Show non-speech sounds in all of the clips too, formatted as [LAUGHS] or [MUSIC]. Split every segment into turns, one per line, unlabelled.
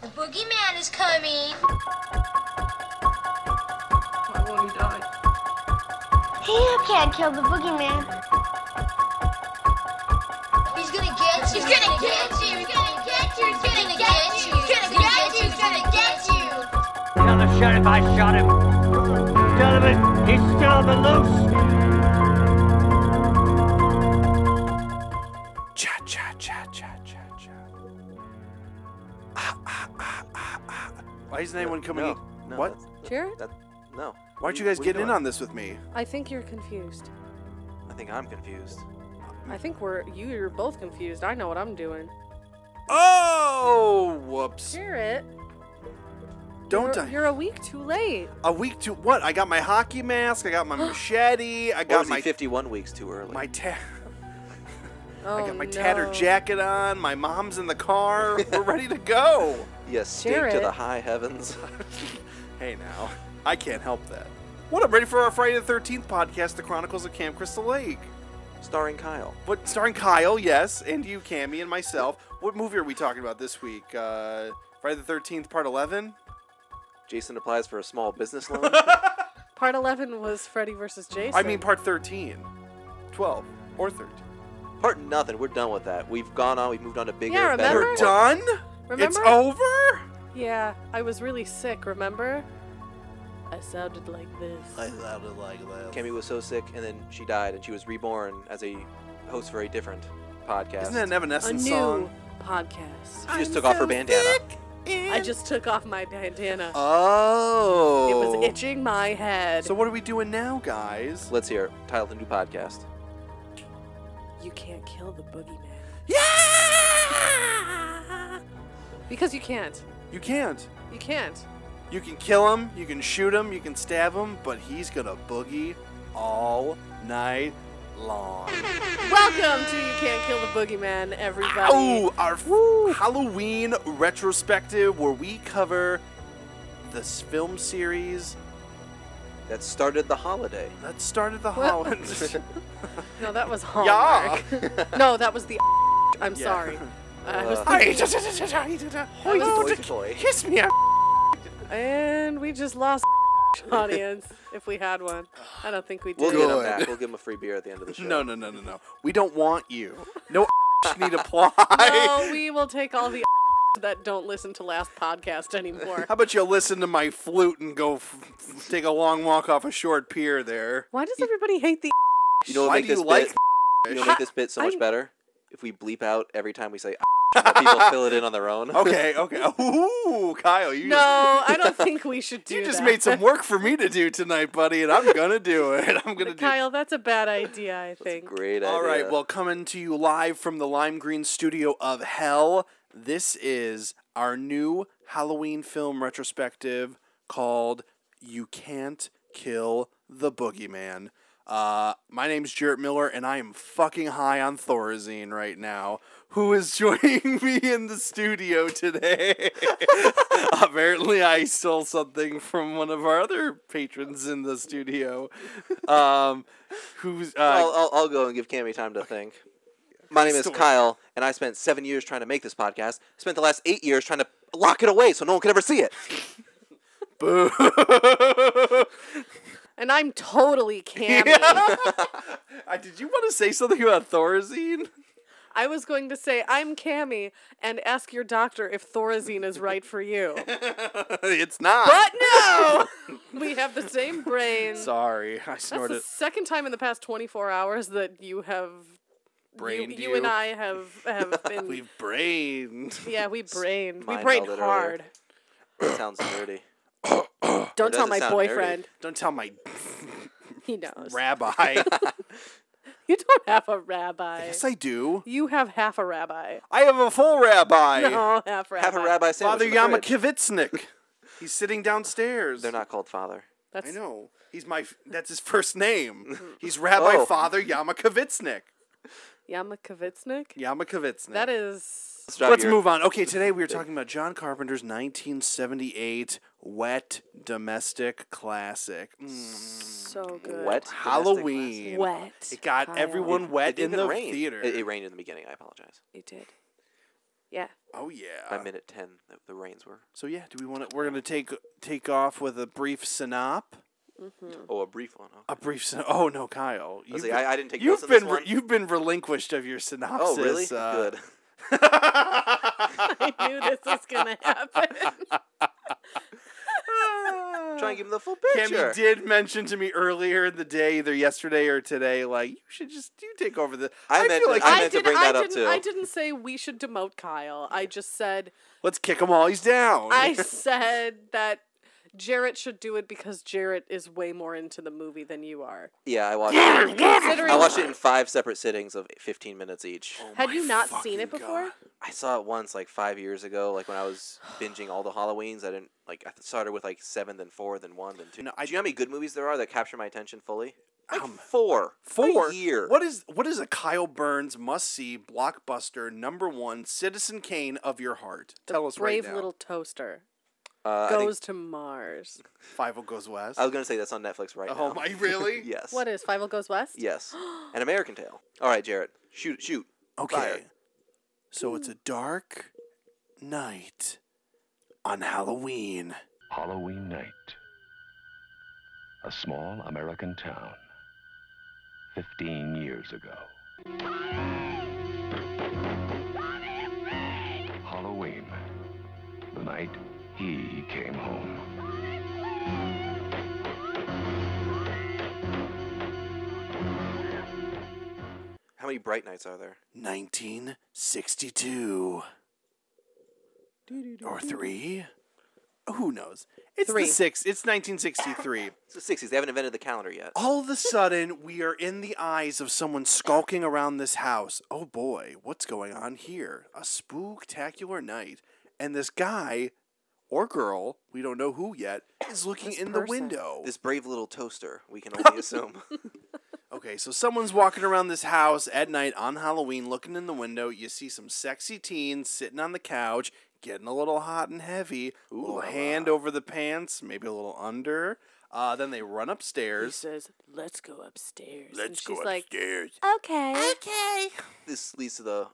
The boogeyman is coming.
Why won't he die?
You can't kill the boogeyman.
He's gonna get you. He's gonna get you. He's gonna get you. He's gonna get you. He's gonna get you. He's gonna get you.
Tell the sheriff I shot him. Tell him he's still on the loose.
Cha cha cha cha cha cha. Ah, ah, ah, ah, ah. Why isn't anyone coming?
No,
in?
no,
what?
that's-
Jared?
That, no.
Why aren't you guys
What
getting in
doing?
on this with me?
I think you're confused.
I think I'm confused.
I think we're you you're both confused. I know what I'm doing.
Oh, whoops!
Jarrett,
Don't
you're,
I?
you're a week too late.
A week to what? I got my hockey mask. I got
[GASPS]
my machete. I
Or
got
was he
my
51 weeks too early?
my ta-
Oh,
I got my
no.
tattered jacket on. My mom's in the car.
[LAUGHS]
We're ready to go.
Yes, stink to
Jared.
the high heavens. [LAUGHS]
Hey now, I can't help that. What? I'm ready for our Friday the Thirteenth podcast, The Chronicles of Camp Crystal Lake.
Starring Kyle.
What starring Kyle? Yes, and you, Cammy, and myself. What movie are we talking about this week? Uh, Friday the Thirteenth, Part Eleven.
Jason applies for a small business loan.
[LAUGHS]
Part 11 was Freddy versus Jason.
I mean, Part 13, 12, or 13.
Part nothing. We're done with that. We've gone on. We've moved on to bigger,
Yeah,
better.
remember?
We're done. It's
Remember?
over.
Yeah, I was really sick, remember? I sounded like this.
sounded like that.
Cammy was so sick, and then she died, and she was reborn as a host for a different podcast.
Isn't that an
a new
Evanescence song?
podcast.
she just took off her bandana.
I just took off my bandana.
Oh.
It was itching my head.
So what are we doing now, guys?
Let's hear it. Title the new podcast.
you can't kill the boogeyman. Yeah! Because you can't.
You can't.
You can't.
You can kill him, you can shoot him, you can stab him, but he's gonna boogie all night long.
Welcome to You Can't Kill the Boogeyman, everybody.
Oh, our f- Halloween retrospective where we cover this film series
That started the holiday.
that started the
What? [LAUGHS]
Hollands.
oh No, that was Hallmark.
[LAUGHS]
no, that was the. I'm
Yeah. [LAUGHS]
sorry. I was
Uh,
Hey,
thinking-
oh, you
Hello,
don't
boy.
kiss me.
and we just
[LAUGHS]
lost audience if we had one. I don't think we did.
We'll get him
Good.
back. We'll give him a free beer at the end of
[LAUGHS]
the show.
No, no, no, no, no. We don't want
[LAUGHS]
you. No [LAUGHS] need apply.
No, we will take all the [LAUGHS] that don't listen to last podcast anymore.
[LAUGHS] How about you listen to my flute and go f- take a long walk off a short pier there?
Why
[LAUGHS]
does everybody hate the?
You know what
Why
make
do
this
you like
bit? You
[LAUGHS]
know what make this bit so much
I-
better? If we bleep out every time we say, [LAUGHS] and let people fill it in on their own.
Okay,
[LAUGHS]
okay. Ooh, Kyle, you
No,
[LAUGHS]
I don't think we should do.
just, you just
that.
made
[LAUGHS]
some work for me to do tonight, buddy, and I'm gonna do it. I'm gonna do.
Kyle, that's a bad idea. I
[LAUGHS]
think.
Great idea.
All right, well, coming to you live from the Lime Green Studio of Hell. This is our new Halloween film retrospective called "You Can't Kill the Boogeyman." Uh, my name's Jarrett Miller, and I am fucking high on Thorazine right now. Who is [LAUGHS] joining me in the studio today? [LAUGHS] Apparently, I stole something from one of our other patrons in the studio. Um, who's uh,
I'll, I'll, I'll go and give Cammy time to think. My name is
Story.
Kyle, and I spent seven years trying to make this podcast. Spent the last eight years trying to lock it away so no one could ever
[LAUGHS]
see it.
Boo. [LAUGHS]
And I'm
[LAUGHS]
totally Cammy.
Uh, Did you want to say something about Thorazine? [LAUGHS]
I was going to say I'm Cammy, and ask your doctor if Thorazine is right
[LAUGHS]
for you.
it's not.
But
[LAUGHS]
no, we have the same brain.
Sorry, I
That's
snorted.
the second time in the past 24 hours that you have you,
Brained
you
you.
and I have
[LAUGHS]
have been
We've brained. [LAUGHS]
yeah we brained we
Mind
brained
melded
hard.
That sounds
[LAUGHS]
dirty.
Don't tell
doesn't
my
sound nerdy.
boyfriend.
Don't tell
[LAUGHS]
my
He knows. [LAUGHS]
rabbi.
you don't have a rabbi.
yes, I do.
you have half a rabbi.
I have a full rabbi.
No, half rabbi.
Have a rabbi sandwich
[LAUGHS] Father
in the fridge.
[LAUGHS]
Yamakivitsnik. He's sitting downstairs.
They're not called father.
That's,
I know. He's my. f- That's his first
[LAUGHS]
name. He's Rabbi
Oh.
Father Yamakivitsnik.
Yamakavitsnik.
Yamakivitsnik.
That is
Let's, drop
Let's
your-
move on. Okay, today
[LAUGHS]
we were talking about John Carpenter's 1978 wet domestic classic. Mm,
so good.
Wet domestic
Halloween.
Wet.
It got
Kyle.
everyone wet
It
in
even
the
rained.
theater.
It, it rained in the beginning. I apologize.
You did. Yeah. [LAUGHS]
Oh yeah.
By minute 10, the, the rains were.
So yeah, do we want to? We're gonna take take off with a brief synop.
Oh, a brief one. Huh?
A brief synop. Oh no, Kyle.
Let's
You've
see,
been-
I, I didn't take
You've
notes on
been
this
re-
one.
you've been relinquished of your synopsis.
oh, really?
uh,
Good.
[LAUGHS]
I knew this was gonna happen.
[LAUGHS] Try and give him the full picture.
Cammy did mention to me earlier in the day, either yesterday or today, like you should just you take over the.
I
I,
meant
feel
to-
like
I
I-
meant- to bring that
I
up,
didn't,
too.
I didn't say we should demote Kyle. I just said
let's kick him while he's down.
[LAUGHS]
I said that Jarrett should do it because Jarrett is way more into the movie than you are.
yeah, I watched it. I
Considering
watched it in five separate sittings of 15 minutes each.
had you not
fucking
seen it before?
God.
Oh I saw it once like five years ago, like when I
[SIGHS]
was binging all the Halloweens. I didn't like I started with like seven, then four, then one, then two.
No, I-
Do you know how many good movies there are that capture my attention fully? Like
Um,
four,
Four
a year.
What is what is a Kyle Burns must see blockbuster number one Citizen Kane of your heart? Tell us
Brave
right now.
Little Toaster
Uh, I, think,
goes to Mars.
Five O goes west.
I was gonna say that's on Netflix right now.
[LAUGHS] oh
[LAUGHS]
my, really?
Yes.
What is Five Goes West? [GASPS]
Yes. An American Tale. All right, Jared. Shoot, shoot.
Okay.
Fire.
So it's a dark night on Halloween.
Halloween night. A small American town. 15 years ago. Halloween. The night he came home.
How many bright nights are there?
1962. Or three? Who knows? It's
Three.
the six. It's 1963.
It's the sixties. They haven't invented the calendar yet.
All of a sudden, we are in the eyes of someone skulking around this house. Oh boy, what's going on here? A spooktacular night. And this guy or girl, we don't know who yet, is looking in the
person.
window.
This brave little toaster, we
[LAUGHS]
can only assume.
Okay, so someone's walking around this house at night on Halloween, looking in the window. You see some sexy teens sitting on the couch, getting a little hot and heavy. A little hand over the pants, maybe a little under. Uh, then they run upstairs.
Says, let's go upstairs. And
Let's go
she's like,
upstairs.
okay.
this leads to the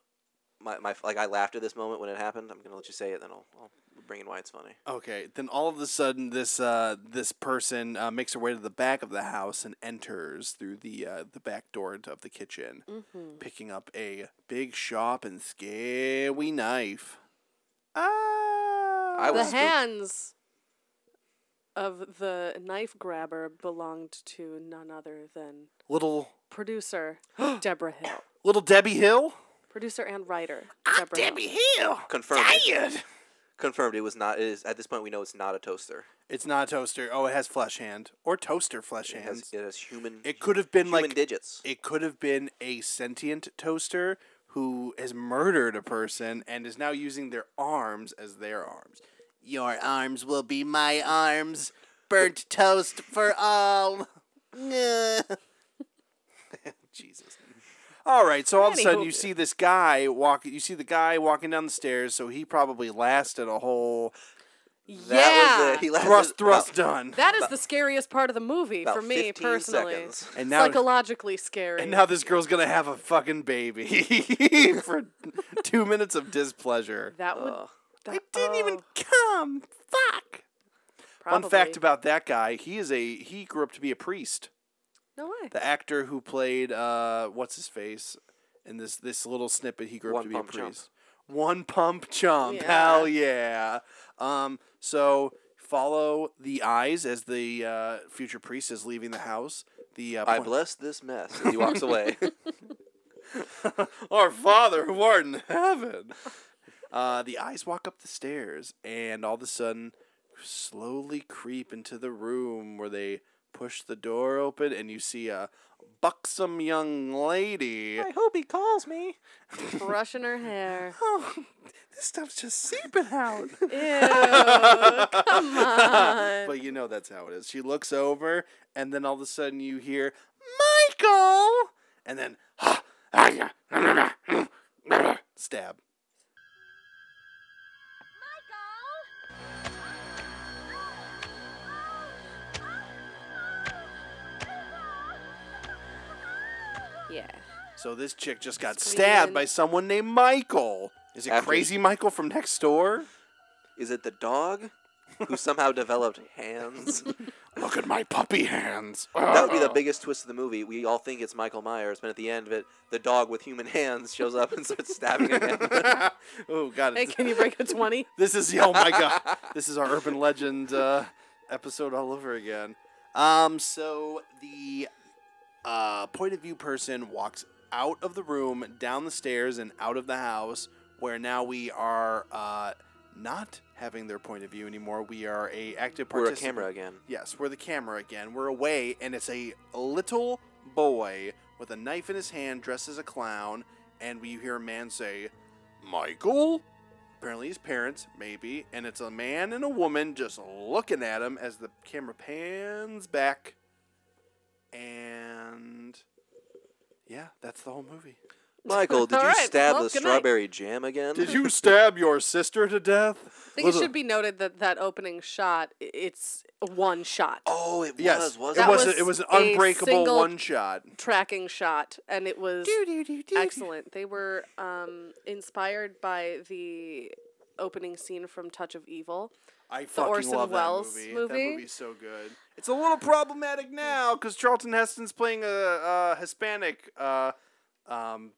my, my like I laughed at this moment when it happened. I'm gonna let you say it, then I'll, I'll bring in why it's funny.
Okay, then all of a sudden, this uh, this person uh, makes her way to the back of the house and enters through the uh, the back door into- of the kitchen, picking up a big, sharp, and scary knife. Ah!
I
Oh, The
was spooked.
hands of the knife grabber belonged to none other than
little
[GASPS]
producer Deborah Hill.
little Debbie Hill.
Producer and writer
Ah,
Deborah Hill.
Hill.
Confirmed. Confirmed. It was not. It is at this point we know it's not a toaster.
It's not a toaster. Oh, it has flesh hand or toaster flesh
It has,
hands.
it has human.
It could have been
human
like
digits.
it could have been a sentient toaster who has murdered a person and is now using their arms as their arms. Your arms will be my arms. Burnt toast for all. [LAUGHS] Jesus. All right, so all of a sudden
Anywho.
you see this guy walk. You see the guy walking down the stairs. So he probably lasted a [LAUGHS] whole
Yeah.
That was it. He lasted
thrust, thrust
about-
done.
that is the scariest part of the movie
about
for me
15
personally.
seconds.
And now,
Psychologically scary.
and now this girl's gonna have a fucking baby [LAUGHS] for two minutes of displeasure.
that would.
Ugh.
that-
I didn't even
oh,
come. Fuck. Fun
probably.
fact about that guy: he is a he grew up to be a priest.
No way.
The actor who played uh, what's his face in this this little snippet, he grew
One
up to be a
Pump Chump.
priest. One pump chump.
Yeah.
Hell yeah. Um. So follow the eyes as the uh, future priest is leaving the house. The uh,
I
point-
bless this mess. as He
[LAUGHS]
walks away.
Our Father who art in heaven. Uh, the eyes walk up the stairs, and all of a sudden, slowly creep into the room where they push the door open, and you see a buxom young lady.
hope he calls me.
Brushing
[LAUGHS]
her hair.
Oh, this stuff's just seeping out.
Ew. [LAUGHS] come
[LAUGHS]
on.
but you know that's how it is. She looks over, and then all of a sudden you hear Michael, and then [LAUGHS] stab.
Yeah.
So this chick just got
Squeeze
stabbed
in.
by someone named Michael. Is it
After-
Crazy Michael from next door?
Is it the dog who somehow developed hands?
Look at my puppy hands. [LAUGHS]
That would be the biggest twist of the movie. We all think it's Michael Myers, but at the end of it, the dog with human hands shows up and starts
[LAUGHS]
stabbing again.
oh God!
Hey, can
[LAUGHS]
you break a 20?
This is oh my God! This is our urban legend uh, episode all over again. Um, so the uh, point of view person walks out of the room, down the stairs, and out of the house, where now we are uh, not having their point of view anymore. We are a active
We're a
participant.
camera again.
Yes, we're the camera again. We're away, and it's a little boy with a knife in his hand, dressed as a clown, and we hear a man say, Michael? Apparently, his parents, maybe, and it's a man and a woman just looking at him as the camera pans back. And yeah, that's the whole movie.
[LAUGHS] Michael, did you
[LAUGHS] All right,
stab
well,
the
good night.
strawberry jam again?
Did
[LAUGHS]
you stab your sister to death?
I think it should be noted that that opening shot, i- it's one shot.
Oh, it
Yes,
was.
it
That
was,
was
it was an
a
unbreakable
single-
one shot.
Tracking shot, and it was excellent. They were um, inspired by the opening scene from Touch of Evil.
I fucking
Orson
love
Welles
that movie. That
movie?
movie's so good. It's a little problematic now because Charlton Heston's playing a, a Hispanic uh, um,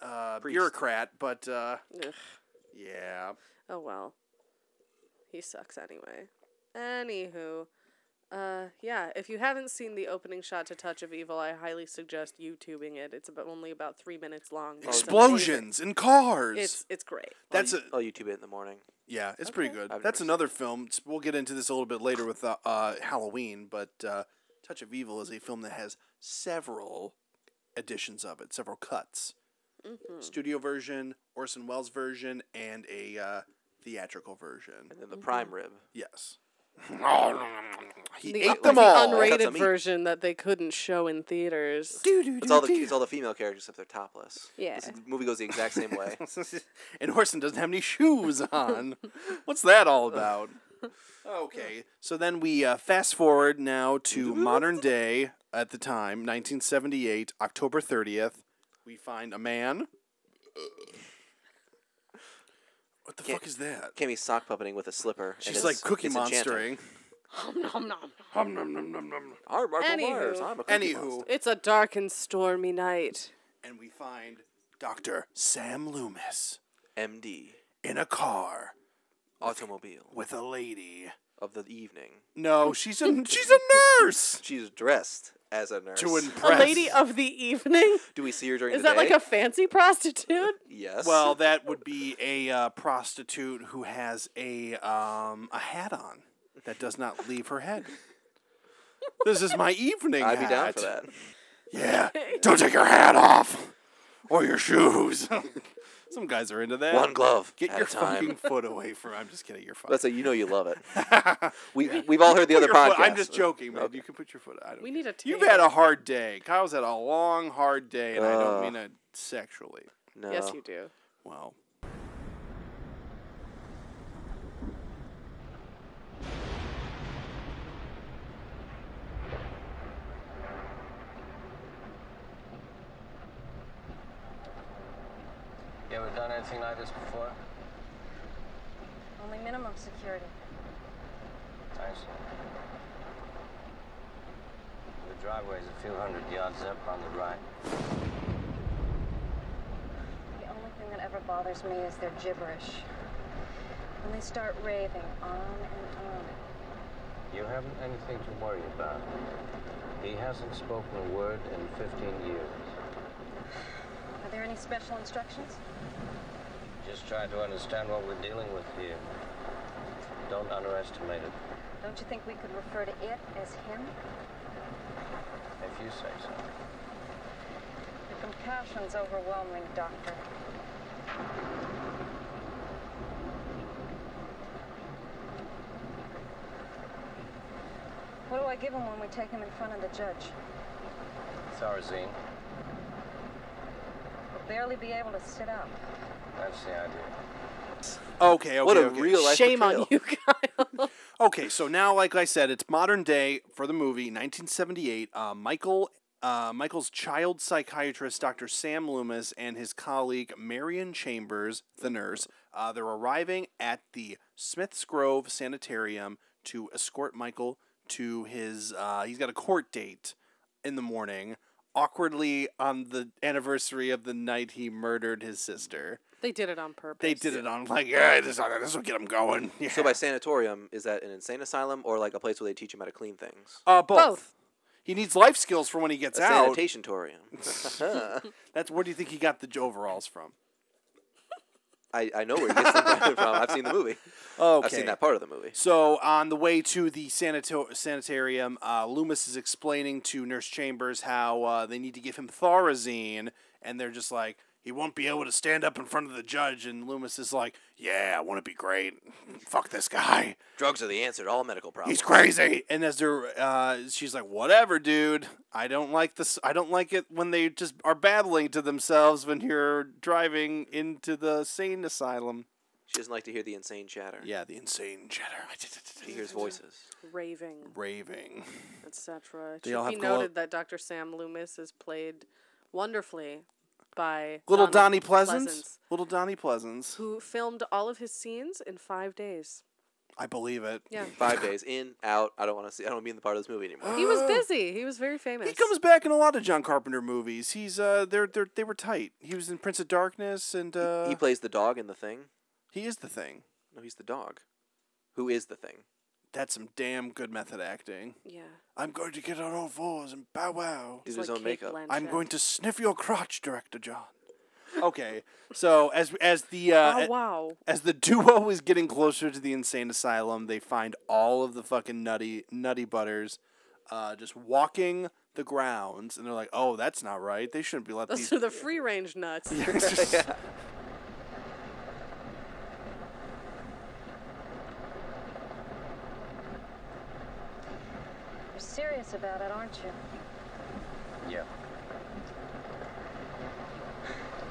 uh, bureaucrat, but uh,
Ugh.
yeah,
Oh well. He sucks anyway. Anywho, uh, yeah. If you haven't seen the opening shot to Touch of Evil, I highly suggest YouTubing it. It's about only about three minutes long. but it's amazing.
explosions and cars.
It's it's great.
that's a
I'll YouTube Oh, it in the morning.
yeah. It's pretty good.
I've
That's
never
another film. It's- We'll get into this a little bit later with uh, uh, Halloween, but uh, Touch of Evil is a film that has several editions of it, several cuts.
Mm-hmm.
Studio version, Orson Welles version, and a uh, theatrical version.
And then
Mm-hmm.
the prime rib.
Yes. [LAUGHS] he
The,
ate
the
them all.
That's a
unrated
meat.
version that they couldn't show in theaters.
It's all the it's all the female characters except they're topless.
Yeah.
This movie goes the exact same
[LAUGHS]
way.
and Orson doesn't have any shoes
[LAUGHS]
on. What's that all about? Okay, so then we uh, fast forward now
[LAUGHS]
to modern day at the time, 1978, October 30th. We find a man. What the
Can't-
fuck is that?
Kimmy's sock puppeting with a slipper. and
She's
it's-
like cookie
it's enchanting.
monstering. Hum nom nom nom nom.
I'm Michael
Anywho.
Myers. I'm a cookie
Anywho,
monster.
It's a dark and stormy night.
and we find Dr. Sam Loomis
MD
in a car
automobile
with a lady.
of the evening.
No, she's a she's a nurse.
She's dressed as [LAUGHS] a nurse.
To impress
A lady of the evening.
Do we see her during
Is
the
that like
day?
a fancy prostitute?
yes?
Well, that would be a uh, prostitute who has a um, a hat on that does not leave her head. This is my evening
I'd be down
hat.
for that.
Yeah, don't take your hat off or your shoes. [LAUGHS] Some guys are into that.
One glove
Get
at
your
a time.
fucking foot away from. I'm just kidding. You're fine.
Let's say you know you love it.
[LAUGHS]
We we've all heard the
Put
other
your foot-
podcast.
I'm just joking, man. You can put your foot. I don't
We
care.
need a
You've
table.
had a hard day. Kyle's had a long, hard day, and I
Uh.
don't mean it sexually.
No.
Yes, you do.
Well,
You ever done anything like this before?
Only minimum security.
Thanks. The driveway's a few hundred yards up on the right.
The only thing that ever bothers me is their gibberish. When they start raving on and on.
You haven't anything to worry about. He hasn't spoken a word in 15 years.
Are there any special instructions?
Just try to understand what we're dealing with here. Don't underestimate it,
Don't you think we could refer to it as him?
if you say so.
Your compassion's overwhelming, Doctor. What do I give him when we take him in front of the judge?
Thorazine,
He'll barely be able to sit up.
that's the idea.
okay, okay.
What a
okay.
real life
Shame on you, Kyle.
Okay, so now, like I said, it's modern day for the movie 1978. Uh, Michael Uh, Michael's child psychiatrist, Dr. Sam Loomis, and his colleague, Marion Chambers, the nurse, uh, they're arriving at the Smiths Grove Sanitarium to escort Michael to his. Uh, he's got a court date in the morning, awkwardly on the anniversary of the night he murdered his sister.
They did it on purpose.
They did it on, like, yeah, this, this will get him going. [LAUGHS] Yeah.
So by sanatorium, is that an insane asylum or like a place where they teach him how to clean things?
uh, both.
Both.
He needs life skills for when he gets
A
out. [LAUGHS]
sanitationtorium.
That's where do you think he got the overalls from?
I, I know where he gets them from. I've seen the movie.
Okay.
I've seen that part of the movie.
So on the way to the sanito- sanitarium, uh, Loomis is explaining to Nurse Chambers how uh, they need to give him Thorazine, and they're just like, he won't be able to stand up in front of the judge. And Loomis is like, yeah, wouldn't it be great? [LAUGHS] Fuck this guy.
Drugs are the answer to all medical problems.
He's crazy. And as they're, uh, she's like, whatever, dude. I don't like this. I don't like it when they just are babbling to themselves when you're driving into the sane asylum.
She doesn't like to hear the insane chatter.
Yeah, the insane chatter.
She hears voices.
Raving,
Raving.
etc. It
They
should
all
be
have glow-
noted that Dr. Sam Loomis is played wonderfully by
Little
Donald
Donnie Pleasance. Little Donnie Pleasance.
who filmed all of his scenes in five days.
I believe it.
Yeah.
Five days in, out. I don't want to see. I don't want to be in the part of this movie
[GASPS]
anymore.
He was busy. He was very famous.
He comes back in a lot of John Carpenter movies. He's uh, they're they are they were tight. He was in Prince of Darkness, and uh,
he plays the dog in the thing.
he is the thing.
No, he's the dog. Who is the thing?
That's some damn good method acting.
Yeah.
I'm going to get on all fours and bow wow.
He did his
It's like
own
Kate
makeup.
Blanchett.
I'm [LAUGHS] going to sniff your crotch, Director John. Okay, so as as the uh,
oh wow.
[LAUGHS] As the duo is getting closer to the insane asylum, they find all of the fucking nutty nutty butters uh, just walking the grounds, and they're like, "Oh, that's not right. They shouldn't be let
Those
these."
are the free range nuts.
You're serious about it, aren't you?
Yeah.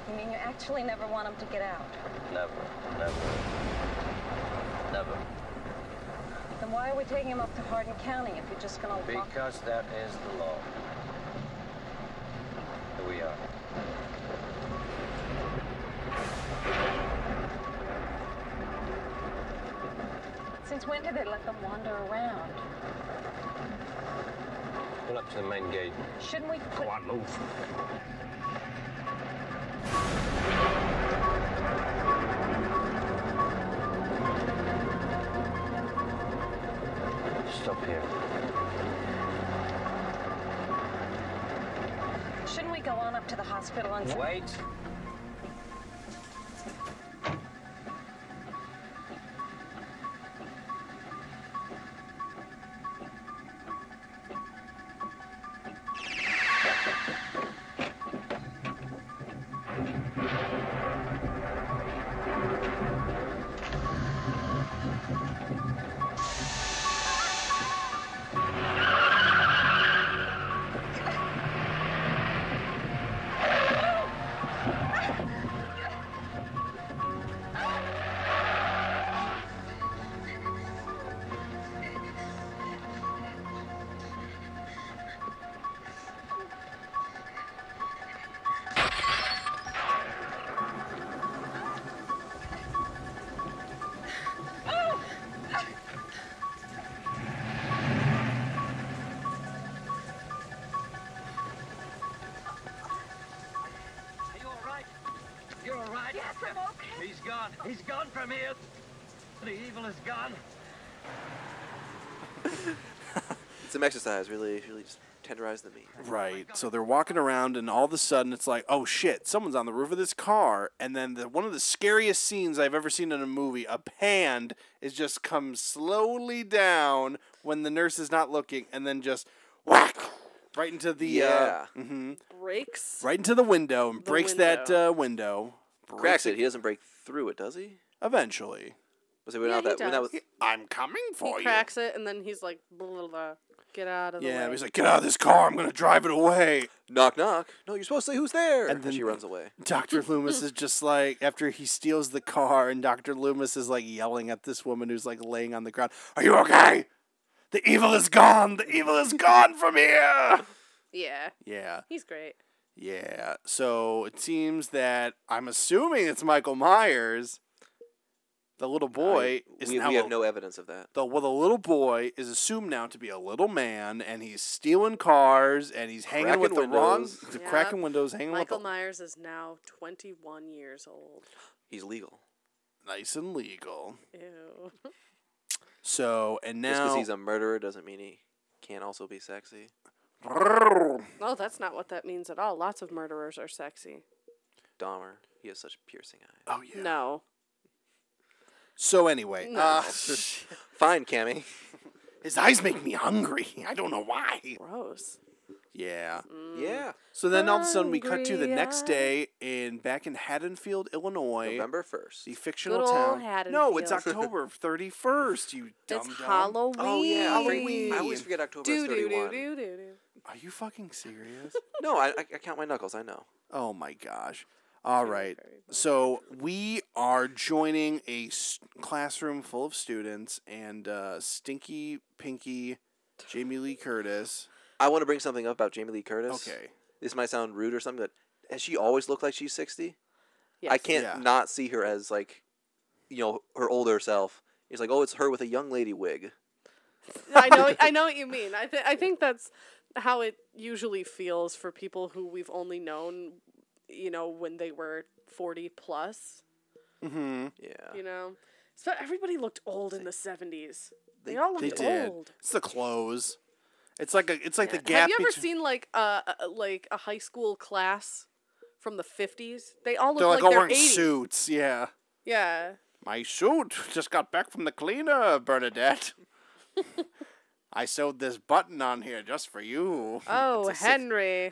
You mean you actually never want him to get out?
Never. Never. Never.
Then why are we taking him up to Hardin County if you're just gonna lock
Because that is the law. Here we are.
Since when did they let them wander around?
Pull up to the main gate.
Shouldn't we put
on, move.
Stop here.
shouldn't we go on up to the hospital and
Wait.
Are you all right? You're all right? Yes, I'm okay. He's gone. He's gone from here. The evil is gone.
It's some exercise. Really, really just tenderize the meat.
Right. So they're walking around, and all of a sudden, it's like, "Oh shit! Someone's on the roof of this car." And then the, one of the scariest scenes I've ever seen in a movie: a hand is just comes slowly down when the nurse is not looking, and then just whack right into the
Yeah.
Uh, mm-hmm.
Breaks.
right into the window and
The
breaks that
window.
uh, window. Breaks
Cracks it. He doesn't break through it, does he?
eventually.
Was it when
Yeah,
out
he
that when that
does.
was
I'm coming for
He cracks it and then he's like, blah, blah, blah, get out of the
Yeah,
way.
he's like, get out of this car. I'm gonna drive it away.
knock knock? No, you're supposed to say who's there.
And
And
then-
then she runs away.
[LAUGHS] Doctor Loomis is just like after he steals the car, and Doctor Loomis is like yelling at this woman who's like laying on the ground. Are you okay? The evil is gone. The evil is gone from here.
Yeah.
Yeah.
He's great.
Yeah. So it seems that I'm assuming it's Michael Myers. The little boy
I,
is
we,
now
we
a-
have no evidence of that.
the well, the little boy is assumed now to be a little man, and he's stealing cars, and he's hanging
Cracking
with the
windows.
wrong, the
Yep.
cracking windows, hanging
Michael
with the
Myers is now 21 years old.
He's legal.
nice and legal.
Ew.
So and
Just because
now
he's a murderer doesn't mean he can't also be sexy.
Oh, that's not what that means at all. Lots of murderers are sexy.
Dahmer, he has such piercing eyes.
[LAUGHS] oh yeah.
No.
So anyway,
No.
uh, [LAUGHS]
Fine, Cammy.
his eyes make me hungry. [LAUGHS] I don't know why.
Gross.
Yeah.
Mm.
Yeah.
So then all of a sudden we cut to the
Hungry
next day in back in Haddonfield, Illinois.
November first.
The fictional
Good old
town. No, it's
Haddonfield.
October thirty first. You dumb
it's
dumb.
Halloween.
Oh yeah, I forget-
Halloween.
I always forget October is
Do do do
thirty-one.
do do do.
[LAUGHS] Are you fucking serious?
No, I, I I count my knuckles. I know.
oh my gosh! All right, so we are joining a s- classroom full of students and uh, Stinky Pinky, Jamie Lee Curtis.
I want to bring something up about Jamie Lee Curtis.
Okay.
This might sound rude or something, but has she always looked like she's sixty? I
Yes.
can't
Yeah.
not see her as like, you know, her older self. It's like, oh, it's her with a young lady wig.
I know. I know what you mean. I th- I think that's how it usually feels for people who we've only known, you know, when they were forty plus.
Mm-hmm.
Yeah.
You know, so everybody looked old in the seventies. They,
They-
all
They
looked
did.
old.
It's the clothes. It's like a. It's like the gap.
Have you ever
between-
seen like a a- like a high school class from the fifties? They all look
They're like, "Oh,
like,
all
they're
wearing
eighty.
suits. Yeah.
Yeah,
My suit just got back from the cleaner, Bernadette.
[LAUGHS]
I sewed this button on here just for you.
Oh, Henry.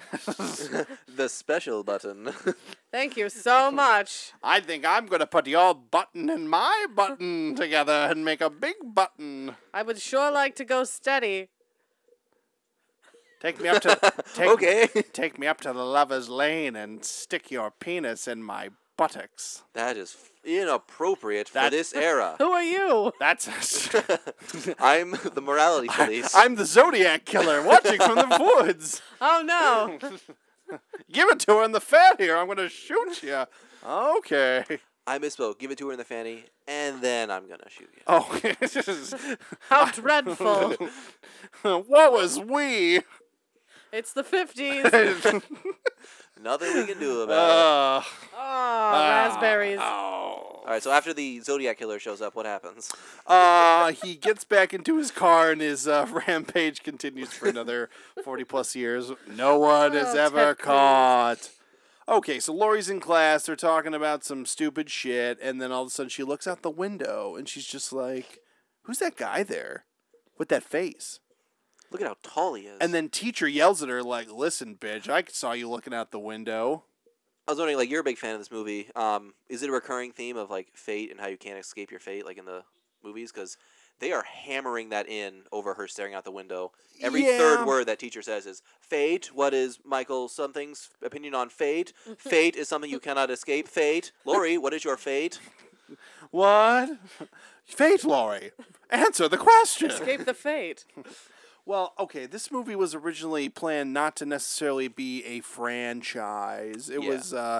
The special button. [LAUGHS]
Thank you so much.
I think I'm going to put your button and my button together and make a big button.
I would sure like to go steady.
Take me up to take,
okay.
Take me up to the lover's lane and stick your penis in my buttocks.
That is inappropriate for
That's-
this era. [LAUGHS]
Who are you?
That's
I'm
[LAUGHS]
the morality police.
I'm the Zodiac killer watching from the woods.
Oh no.
Give it to her in the fat here. I'm going to shoot you. Okay. [LAUGHS]
I misspoke. Give it to her in the fanny, and then I'm gonna shoot you.
Oh, [LAUGHS]
How dreadful.
what was we? [LAUGHS]
It's the 50s.
Nothing we can
[LAUGHS]
do about it.
Uh,
Oh, raspberries.
oh.
All right. So after the Zodiac killer shows up, what happens?
Uh, he gets back into his car and his uh, [LAUGHS] rampage continues for another 40 plus years. No one is
Oh,
ever
Ted Cruz.
caught. Okay, so Lori's in class. They're talking about some stupid shit. And then all of a sudden she looks out the window and she's just like, Who's that guy there with that face?
Look at how tall he is.
And then teacher yells at her, like, Listen, bitch, I saw you looking out the window.
I was wondering, like, you're a big fan of this movie. Um, is it a recurring theme of like fate and how you can't escape your fate, like in the movies? Because they are hammering that in over her staring out the window. Every
Yeah.
third word that teacher says is fate. What is Michael something's opinion
[LAUGHS]
on fate? Fate is something you cannot escape. Fate, Lori, what is your fate?
What? [LAUGHS] Fate, Laurie. Answer the question.
Escape the fate.
Well, okay, this movie was originally planned not to necessarily be a franchise. It
Yeah.
was uh,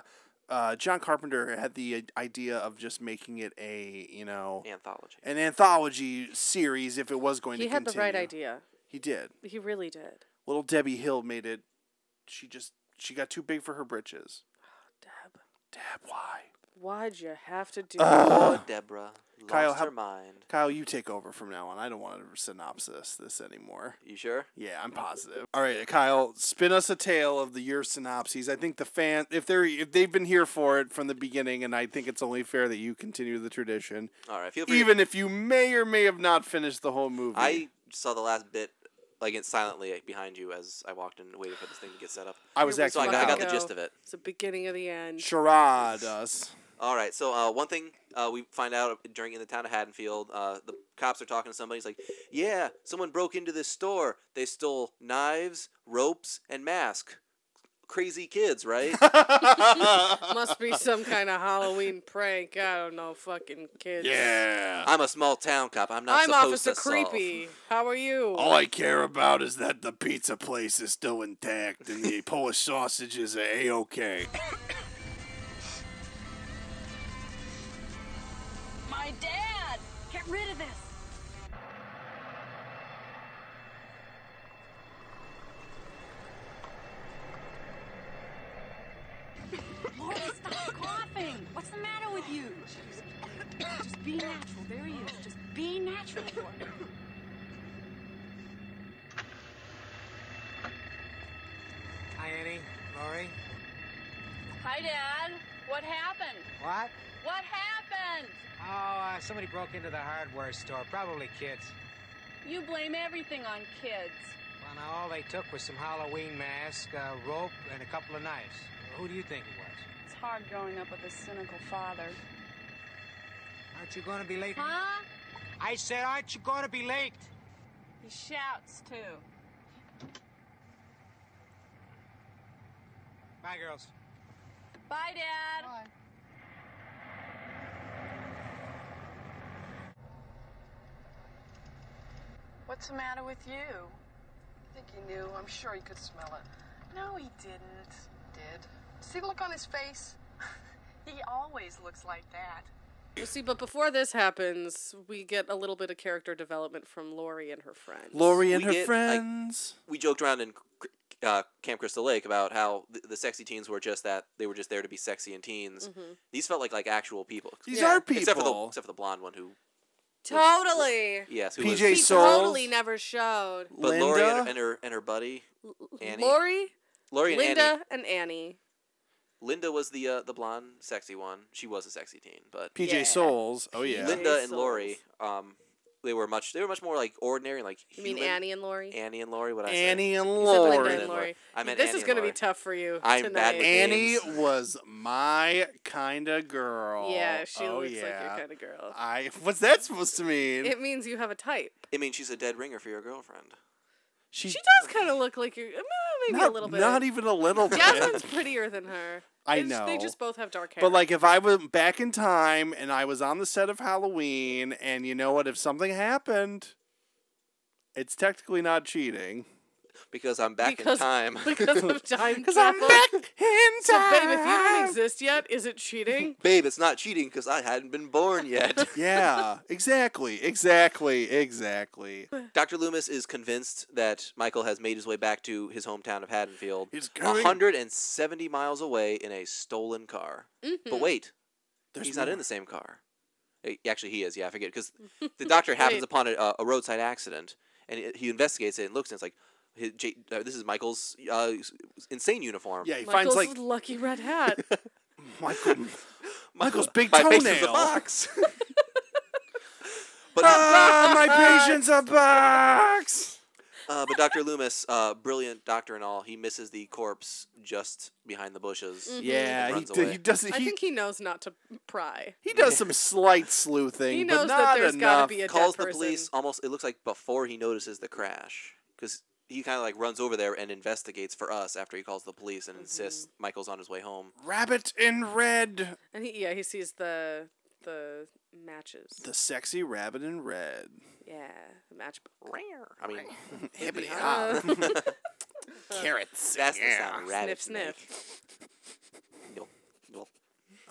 uh, John Carpenter had the idea of just making it a you know
Anthology.
an anthology series if it was going
He
to
had the right
continue.
idea.
He did.
He really did.
Little Debbie Hill made it. She just she got too big for her britches.
Deb,
Deb, why?
why'd you have to do
Ugh.
that?
Deborah lost
Kyle, how-
her mind.
Kyle, you take over from now on. I don't want to synopsis this anymore.
You sure?
Yeah, I'm positive. All right, Kyle, spin us a tale of the year synopses. I think the fan, if they're if they've been here for it from the beginning, and I think it's only fair that you continue the tradition,
All right. Feel free. to-
even if you may or may have not finished the whole movie.
I saw the last bit, like, it silently like, behind you as I walked in, waiting for this thing to get set up.
I was
Here we
So I
actually
got, I got the
Go.
gist of it.
It's the beginning of the end.
charade
[LAUGHS]
us. [LAUGHS]
All right. So uh, one thing uh, we find out during in the town of Haddonfield, uh, the cops are talking to somebody. He's like, "Yeah, someone broke into this store. They stole knives, ropes, and mask. crazy
[LAUGHS]
kids, right?
Must be some kind of Halloween prank. I don't know, fucking kids.
Yeah.
I'm a small town cop. I'm not
I'm
supposed
Officer
to solve.
Creepy. How are you?
All I care about is that the pizza place is still intact and
[LAUGHS]
the Polish sausages are a okay.
My dad! Get rid of this! Laura, stop coughing! What's the matter with you? Just be natural. There he is. Just be natural. Laura.
Hi, Annie. Laurie.
Hi, Dad. What happened?
What?
What happened?
Oh, uh, somebody broke into the hardware store. Probably kids.
You blame everything on kids.
Well, now all they took was some Halloween mask, uh, rope, and a couple of knives. Who do you think it was?
It's hard growing up with a cynical father.
Aren't you going to be late?
Huh?
I said, aren't you going to be late?
He shouts too.
Bye, girls.
Bye, Dad. What's the matter with you? I think he knew. I'm sure he could smell it. No, he didn't. Did. See the look on his face? he always looks like that.
Well, see, but before this happens, we get a little bit of character development from Lori and her friends.
Lori and
We
her
get, like-
friends.
We joked around in C- uh, Camp Crystal Lake about how th- the sexy teens were just that. They were just there to be sexy and teens.
Mm-hmm.
These felt like like actual people.
These
Yeah.
are people.
Except for the except for the blonde one who
Totally.
yes who
PJ
He
was,
Souls.
totally never showed.
but Lori and,
Linda?
and her and her buddy Annie.
Lori,
Lori and
Linda,
Annie.
and Annie.
Linda was the uh, the blonde sexy one. She was a sexy teen, but
PJ
Yeah.
Souls. Oh yeah.
Lin-
Linda and
Souls.
Lori um they were much they were much more like ordinary and, like
You mean
human.
Annie and Lori?
Annie and Lori what I say?
Annie and
Except
Lori.
Linda
Lori.
and Lori.
I meant
this
Annie
is
and
gonna be
Lori.
tough for you
I'm
tonight.
bad with
Annie
names.
was my kind of girl.
Yeah, she
oh,
looks
yeah.
like your kind of girl.
I what's that supposed to mean?
It means you have a type.
I mean she's a dead ringer for your girlfriend.
she
She does kind of look like your uh, maybe
not,
a little bit.
not even a little bit.
[LAUGHS]
Jasmine's prettier than her.
I
They just- They
know.
just both have dark hair.
But like if I went back in time and I was on the set of Halloween and you know what if something happened it's technically not cheating
Because I'm back
Because- [LAUGHS]
in time.
because of time
cuz I'm
travel.
back in
So, babe, if you
time.
don't exist yet, is it
[LAUGHS]
cheating?
[LAUGHS] Babe, it's not cheating because I hadn't been
[LAUGHS]
born yet.
yeah, exactly. Exactly.
[LAUGHS]
Exactly.
Dr. Loomis is convinced that Michael has made his way back to his hometown of Haddonfield,
He's coming.
170 miles away in a stolen car.
Mm-hmm.
But wait, he's not in the same car. Eh, Actually, he is. Yeah, I forget
[LAUGHS]
because the doctor happens
Wait.
upon a, a roadside accident, and he- he investigates it and looks, and it's like, hi- J- uh, this is Michael's uh, s- insane uniform.
Yeah, he
Michael's
finds like
lucky red hat.
[LAUGHS]
Michael, Michael's big
My
toenail.
face is a box.
[LAUGHS]
but [LAUGHS]
ah, my patient's a box.
Uh, but Dr. Loomis, uh, brilliant doctor and all, he misses the corpse just behind the bushes.
Mm-hmm. Yeah, he,
runs
d-
away.
he does.
I
He,
think he knows not to pry.
he does some slight sleuthing,
He
but
knows
not
that there's
enough.
gotta be a
calls
dead
the
person.
police almost, it looks like before he notices the crash. Because he kind of like runs over there and investigates for us after he calls the police and insists
Mm-hmm.
Michael's on his way home.
Rabbit in red.
And he, yeah, he sees the the matches.
The sexy rabbit in red.
[LAUGHS]
yeah, the matchbook.
Rare. I mean,
Hippity hop.
[LAUGHS]
Carrots.
that's the
yeah.
sound. of Rabbit
Sniff, sniff.
snake. You'll- you'll-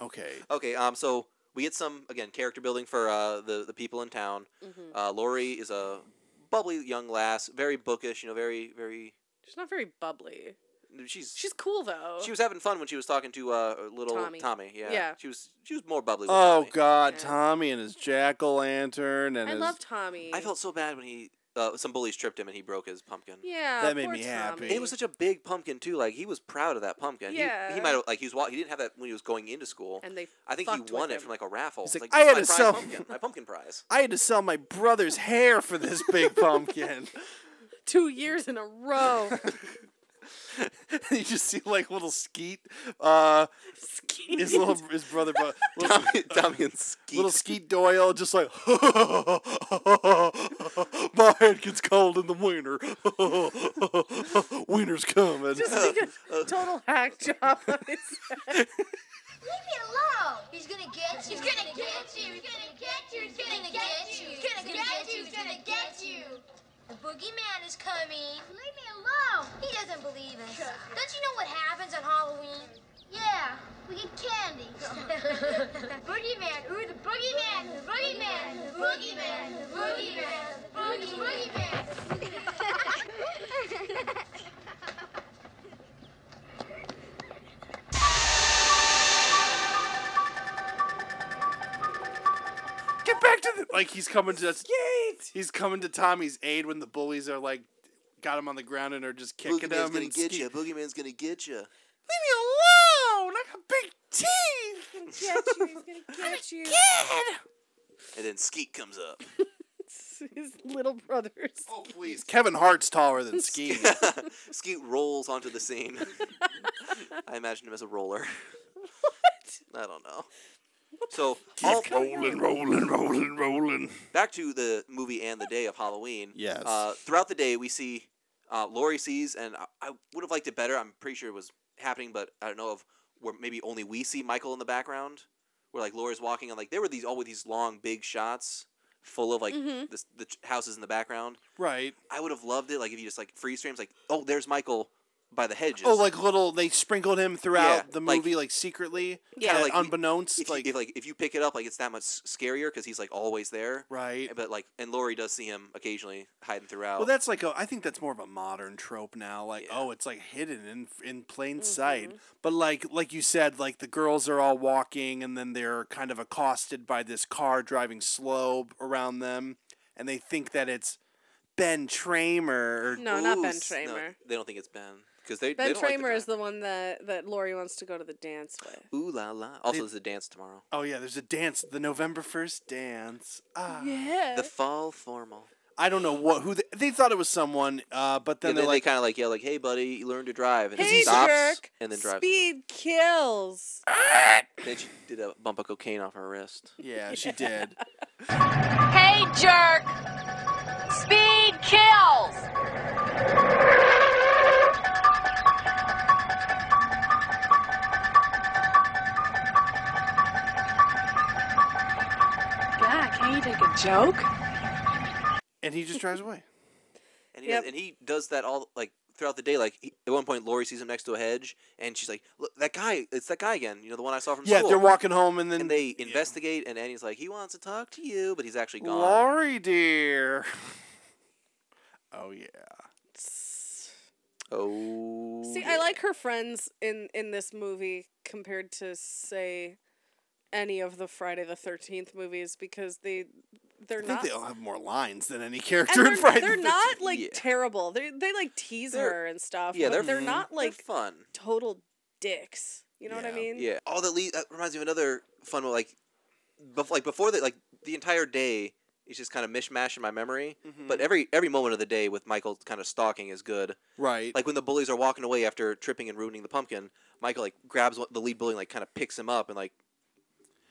Okay.
Okay, um, so we get some again character building for uh, the the people in town.
Mm-hmm.
Uh, Lori is a bubbly young lass, very bookish. You know, very very.
She's not very bubbly.
She's,
She's cool though.
she was having fun when she was talking to uh, little Tommy.
Tommy.
Yeah.
Yeah.
she was she was more bubbly. With
Oh
Tommy.
God, Tommy and his jack o' lantern and
I
his.
love Tommy.
I felt so bad when he uh, some bullies tripped him and he broke his pumpkin.
yeah,
That made
poor
me happy.
Tommy.
It was such a big pumpkin too. Like he was proud of that pumpkin. He- He,
Yeah.
might have like he was wa- he didn't have that when he was going into school.
And they
I think he
fucked
won
with
it
him.
from like a raffle.
He's
It's
like,
"This is
"I had
my
a
prize
self-
pumpkin, my pumpkin prize.
I had to sell my brother's hair for this big pumpkin. [LAUGHS]
two years in a row.
[LAUGHS]
you just see like little Skeet, uh, [LAUGHS] his little
[LAUGHS]
his brother, bu- little,
[LAUGHS] Tommy, Tommy and Skeet.
little Skeet Doyle, just like [LAUGHS] my head gets cold in the winter. [LAUGHS] winter's coming.
Just like a total hack job on his head.
Leave me alone. He's gonna get you. He's gonna get you. He's gonna get you. He's gonna get you. He's gonna get you. He's gonna get you. The boogeyman is coming. Leave me alone. He doesn't believe us. Don't you know what happens on Halloween? Yeah, we get candy. [LAUGHS] boogeyman, ooh, the boogeyman, the boogeyman, the boogeyman, the boogeyman, the boogeyman, the boogeyman.
[LAUGHS] Get back to the like he's coming to us. He's coming to Tommy's aid when the bullies are like got him on the ground and are just kicking
Boogeyman's
him
gonna
and
get
ske-
you. Boogeyman's gonna get you.
Leave me alone! I got big teeth.
He's gonna get you.
[LAUGHS]
He's gonna get you.
And then Skeet comes up.
[LAUGHS] His little brothers.
Oh please, Kevin Hart's taller [LAUGHS] than Ski.
[LAUGHS] Skeet rolls onto the scene.
[LAUGHS]
I imagine him as a roller. I don't know. So all,
rolling, rolling, rolling, rolling.
back to the movie and the day of Halloween.
Yes.
Uh, throughout the day, we see uh, Laurie sees, and I, I would have liked it better. I'm pretty sure it was happening, but I don't know if where maybe only we see Michael in the background, where like Laurie's walking, and like there were these always these long big shots full of like this, the ch- houses in the background.
Right.
I would have loved it like if you just like freeze frames, like oh, there's Michael by the hedges.
Oh, like little they sprinkled him throughout
Yeah,
the
like-
movie, like, secretly.
Yeah.
kinda
like,
unbeknownst,
if
like,
you, if like if you pick it up, like it's that much scarier because he's like always there.
right.
But like, and Laurie does see him occasionally hiding throughout.
Well, that's like a, I think that's more of a modern trope now. Like,
Yeah. Mm-hmm.
oh, it's like hidden in in plain sight. But like like you said, like the girls are all walking, and then they're kind of accosted by this car driving slow around them, and they think that it's Ben Tramer. Or,
No, not
Ooh,
Ben
s- no,
Tramer.
they don't think it's Ben because they.
Ben
they don't like
Tramer is
Ben.
the one that that Lori wants to go to the dance with.
Ooh la la! Also, there's a dance tomorrow.
Oh yeah, there's a dance, the November first dance. Ah.
Yeah.
The fall formal.
I don't
[GASPS]
know what who they, they thought it was someone, uh, but then
Then,
they're
then
like,
[LAUGHS] they kind of like yell like, "Hey, buddy, you learn to drive," and
hey,
he stops
jerk.
and then drives.
Speed kills.
Then she did a bump of cocaine off her wrist.
yeah, she did.
Hey, jerk. Speed kills.
Guy, can't you take a joke?
and he just drives away.
And he
Yep.
does, and he does that all like throughout the day. Like he, at one point, Lori sees him next to a hedge, and she's like, "Look, that guy! It's that guy again. You know, the one I saw from
Yeah,
school."
they're walking home, and then
And they
yeah.
investigate, and Annie's like, "He wants to talk to you," but he's actually gone.
Laurie dear. oh yeah.
Oh.
See,
yeah.
I like her friends in in this movie compared to say any of the Friday the Thirteenth movies because they they're
I think
not.
they all have more lines than any
and
character
they're,
in Friday.
they're
the
not like
Yeah.
terrible. They they like tease
They're-
her and stuff.
Yeah,
but
they're mm-hmm.
they're, not like
they're fun.
total dicks. You know what I mean?
Yeah. All that lead, that reminds me of another fun one. Like, bef- like before that, like the entire day is just kind of mishmash in my memory.
Mm-hmm.
But every every moment of the day with Michael kind of stalking is good.
13th. Right.
Like when the bullies are walking away after tripping and ruining the pumpkin, Michael like grabs one- the lead bully and like kind of picks him up and like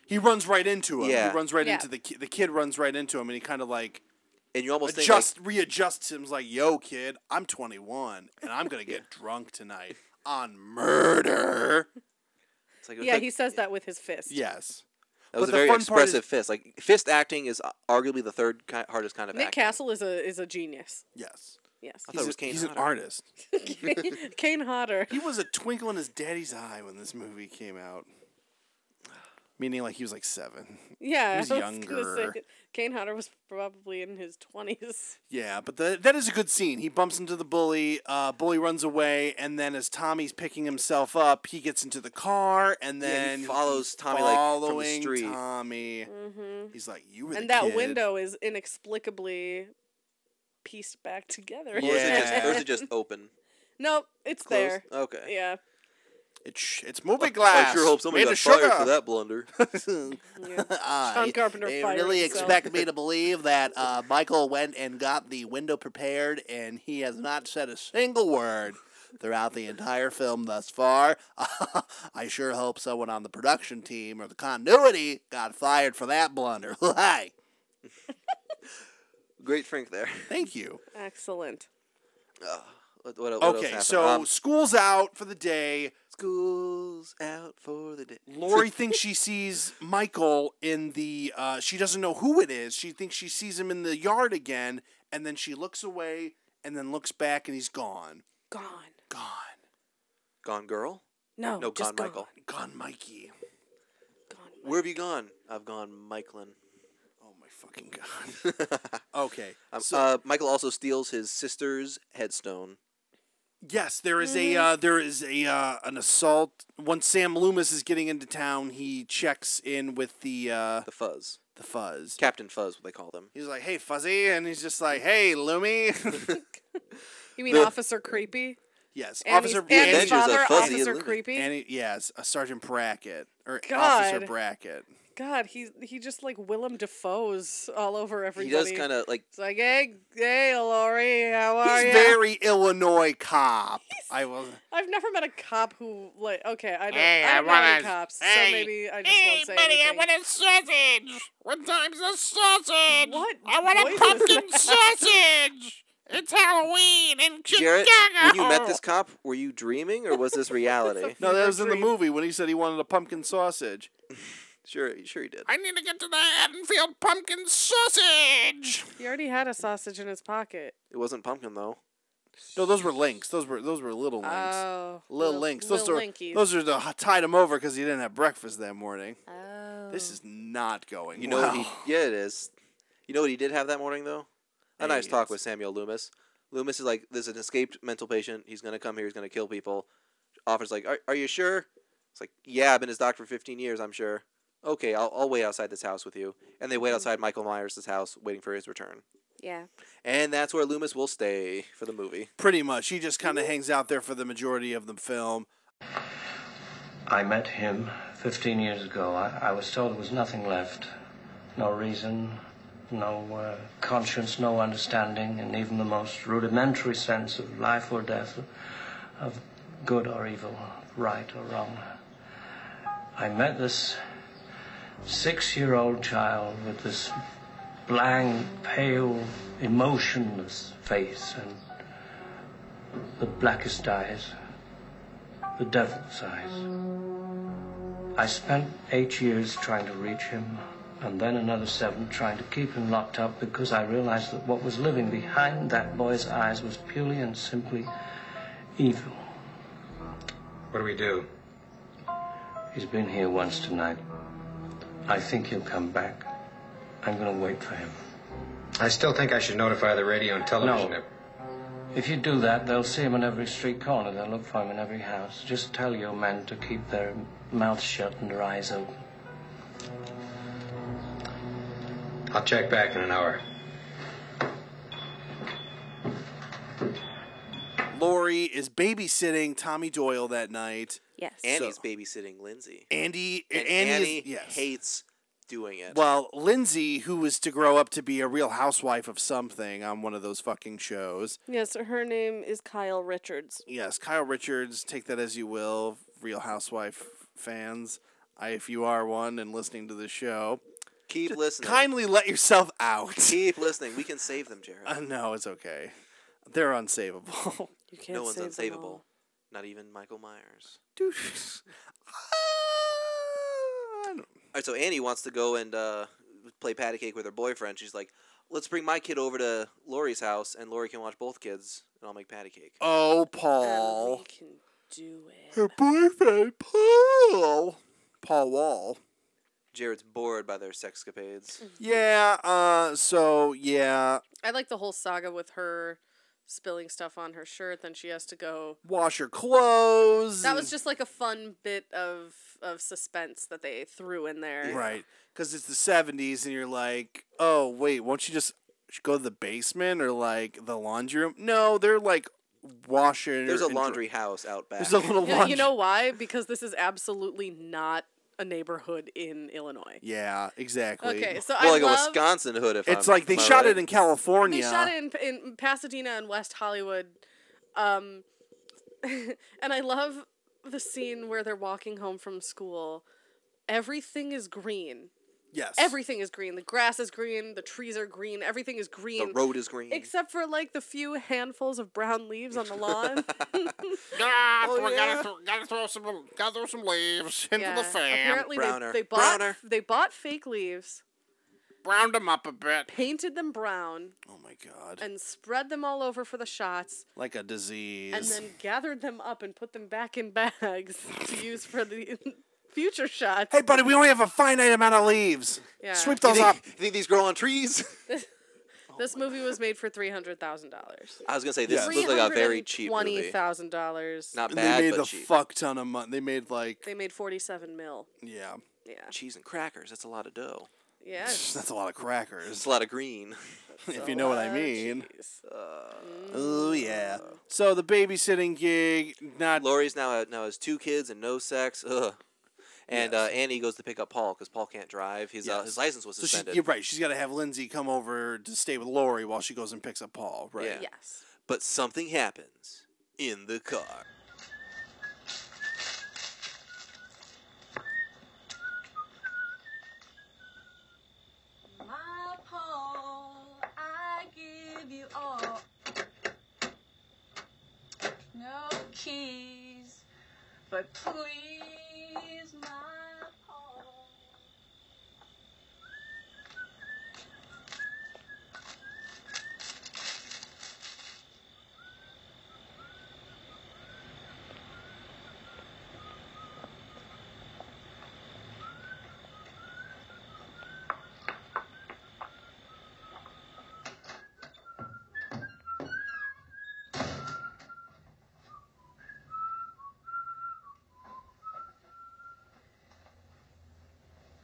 he runs right into him.
Yeah.
He runs right
Yeah.
into the ki- the kid runs right into him and he kind of like
and you almost think like,
adjust readjusts him like, "Yo kid, I'm 21 and I'm
[LAUGHS]
going to get drunk tonight on murder."
it's like, it's
Yeah,
like-
he says that with his fist.
Yes.
That was
but
a
the
very
fun part is-
expressive fist. Like fist acting is arguably the third ki- hardest kind of
Nick
acting.
Castle is a is a genius.
Yes.
Yes.
I thought
He's,
it
a-
was Kane
he's an
Hodder.
artist.
[LAUGHS] Kane Hodder.
He was a twinkle in his daddy's eye when this movie came out. Meaning like he was like 7.
Yeah,
was
I was gonna
younger.
say, [LAUGHS] Kane Hodder was probably in his twenties.
[LAUGHS]
Yeah, but the, that is a good scene. He bumps into the bully. Uh, bully runs away, and then as Tommy's picking himself up, he gets into the car, and
Yeah, he
then
follows Tommy, like, from the
following
street.
Tommy. He's like, "You were the
Mm-hmm. and that
kid."
window is inexplicably pieced back together. [LAUGHS]
Or is it just, or is
Yeah.
it just open?
nope, it's
Closed?
there.
Okay.
Yeah,
It's it's movie glass.
Oh, I sure hope somebody
made
got
of
fired
sugar.
for that blunder.
[LAUGHS]
yeah.
Ah,
Sean
you-
Carpenter
you
fired
really
himself.
expect me to believe that uh, Michael went and got the window prepared, and he has not said a single word throughout the entire film thus far. [LAUGHS] I sure hope someone on the production team or the continuity got fired for that blunder. [LAUGHS] Hi,
Great Frank there.
thank you.
excellent.
What, what, what else
Okay,
happened?
so
Um,
school's out for the day.
school's out for the day.
Lori thinks she sees Michael in the. Uh, she doesn't know who it is. She thinks she sees him in the yard again, and then she looks away and then looks back, and he's gone.
Gone.
Gone.
gone girl.
No,
No,
just
Oh, gone, Michael.
Gone, Mikey.
Where have you gone? I've gone, Michaelin. [LAUGHS]
Oh my fucking god. okay.
Um,
so-
uh, Michael also steals his sister's headstone.
Yes, there is a uh, there is a uh, an assault. Once Sam Loomis is getting into town, he checks in with the uh,
The Fuzz,
the fuzz.
Captain Fuzz, what they call them.
He's like, "Hey, Fuzzy," and he's just like, "Hey, Loomy."
You mean
The-
Officer Creepy?
[LAUGHS] yes,
And he's-
Officer
and his
Avengers
Annie,
of
father,
Fuzzy
Officer
Illumin.
Creepy.
Annie, yes, a Sergeant Brackett or
God.
Officer Brackett.
God, he's he just like Willem Dafoe's all over
He
everybody.
does kind of like
It's like, hey, hey, Lori, how are
He's
you?
very Illinois cop. I will.
I've never met a cop who like. Okay, I don't.
Hey,
I
I
don't know any
wanna-
cops,
hey,
so maybe I just won't say anything.
a sausage. What time's a sausage?
What I want a voice is pumpkin that?
sausage. It's Halloween in
Jarrett. When you met this cop, were you dreaming or was this reality?
No, that was in the
dream.
movie when he said he wanted a pumpkin sausage.
sure, sure he did.
I need to get to the Haddonfield pumpkin sausage.
He already had a sausage in his pocket.
It wasn't pumpkin though.
No, those were links. Those were those were little links.
Oh,
little links. Those
little
are
linkies.
those are the tied him over because he didn't have breakfast that morning.
Oh.
This is not going.
You know
well. [LAUGHS]
what he? Yeah, it is. You know what he did have that morning though? A nice talk
Aliens.
with Samuel Loomis. Loomis is like, "There's an escaped mental patient. He's gonna come here. He's gonna kill people." Officer's like, "Are, are you sure?" It's like, "Yeah, I've been his doctor for 15 years. I'm sure." Okay, I'll, I'll wait outside this house with you. And they wait outside Michael Myers' house, waiting for his return.
yeah.
And that's where Loomis will stay for the movie.
Pretty much, he just kind of hangs out there for the majority of the film.
I met him 15 years ago. I, I was told there was nothing left. No reason, no uh, conscience, no understanding, and even the most rudimentary sense of life or death, of good or evil, right or wrong. I met this six year old child with this blank, pale, emotionless face and the blackest eyes the devil's eyes. I spent eight years trying to reach him, and then another seven trying to keep him locked up because I realized that what was living behind that boy's eyes was purely and simply evil.
What do we do?
He's been here once tonight. I think he'll come back. I'm gonna wait for him.
I still think I should notify the radio and television.
No. If you do that, they'll see him in every street corner. They'll look for him in every house. Just tell your men to keep their mouths shut and their eyes open.
I'll check back in an hour.
Lori is babysitting Tommy Doyle that night.
Yes.
Annie's
So-
babysitting Lindsay.
Andy,
And
Annie, is-
Annie
yes.
hates doing it.
Well, Lindsay, who was to grow up to be a real housewife of something on one of those fucking shows.
Yes, her name is Kyle Richards.
Yes, Kyle Richards, take that as you will, Real Housewife fans. I, if you are one and listening to the show,
Keep listening.
kindly let yourself out. [LAUGHS]
Keep listening. We can save them, Jared.
Uh, no, it's okay. They're unsavable. [LAUGHS]
You can't
no one's
save them
unsavable.
all.
Not even Michael Myers.
Dude. Ah, I don't-
All right, so Annie wants to go and uh, play patty cake with her boyfriend. She's like, "Let's bring my kid over to Lori's house, and Lori can watch both kids, and I'll make patty cake."
Oh,
And
Paul.
Uh, we can do it.
Her boyfriend, Paul. Paul Wall.
Jared's bored by their sexcapades.
Yeah, uh, so, yeah,
I like the whole saga with her spilling stuff on her shirt. Then she has to go.
wash your clothes.
That was just like a fun bit of of suspense that they threw in there.
Right. Because it's the 70s, and you're like, oh, wait, won't you just go to the basement or, like, the laundry room? No, they're, like, washing.
There's a
and dry-
laundry house out back.
There's a little [LAUGHS]
[LAUGHS] Yeah,
laundry.
you know why? Because this is absolutely not a neighborhood in Illinois.
Yeah, exactly.
Okay, so
More
I
like
love.
a Wisconsin hood. If
It's
I'm-
like they
am I
shot
right?
it in California.
They shot it in, in Pasadena and West Hollywood. Um, [LAUGHS] and I love the scene where they're walking home from school. Everything is green.
Yes.
Everything is green. The grass is green. The trees are green. Everything is
The
green.
road is
[LAUGHS]
green.
Except for like the few handfuls of brown leaves on
[LAUGHS]
the lawn.
Ah,
Oh,
we gotta, throw, gotta throw some gotta throw some leaves [LAUGHS] into the fan.
[LAUGHS]
Apparently they, they bought they bought fake leaves,
browned them up a bit,
painted them brown,
Oh my god.
and spread them all over for the shots,
Like a disease.
and then gathered them up and put them back in [LAUGHS] bags to use for the [LAUGHS] future shots.
hey, buddy, we only have a finite amount of leaves.
Yeah.
Sweep
You
those
think-
up.
You think these grow on trees?
This movie was made for three hundred thousand dollars.
[LAUGHS] I was gonna say this looks like a very cheap
Twenty
movie.
thousand dollars.
Not
And
bad,
they made
but
a
cheap.
fuck ton of money. They made like
They made forty-seven mil.
yeah, [LAUGHS]
Yeah.
Cheese and crackers. That's a lot of dough.
Yeah.
that's a lot of
It's
crackers
a lot of [LAUGHS] green.
if you know what I
Uh,
mean.
jeez.
Oh yeah. So the babysitting gig, not
Lori's now uh, now has two kids and no sex. Ugh. And uh, Annie goes to pick up Paul because Paul can't drive. His uh,
Yes.
his license was
so she,
suspended.
you're right. She's got to have Lindsay come over to stay with Lori while she goes and picks up Paul. Right.
Yeah.
Yes.
But something happens in the car.
My Paul, I give you all. No keys, but please, my Paul.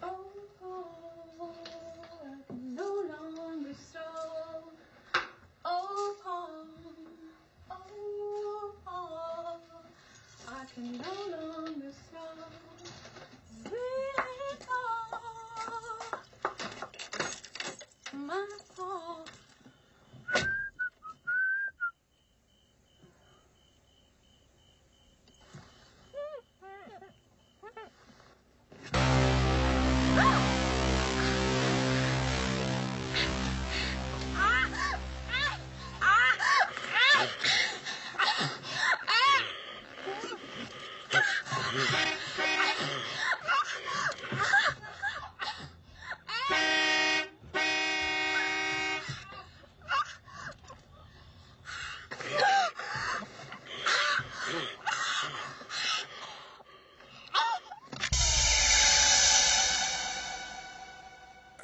Oh, Paul, no longer so. Oh, Paul, oh, Paul, I can no longer so. Really, Paul, my Paul.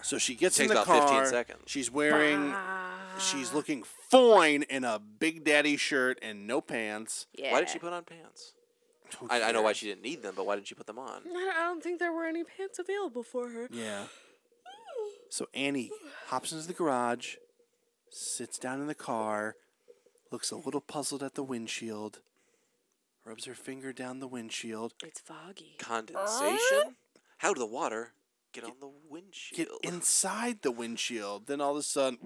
So she gets
Takes
in the
about 15
car.
seconds.
She's wearing. She's looking fine in a Big Daddy shirt and no pants.
Yeah.
Why did she put on pants?
Who
I, I know why
cares?
she didn't need them, but why didn't she put them on?
I don't- I don't think there were any pants available for her.
Yeah. So Annie hops into the garage, sits down in the car, looks a little puzzled at the windshield, rubs her finger down the windshield.
It's foggy.
Condensation? How did the water get on the
Get
windshield?
inside the windshield. Then all of a sudden,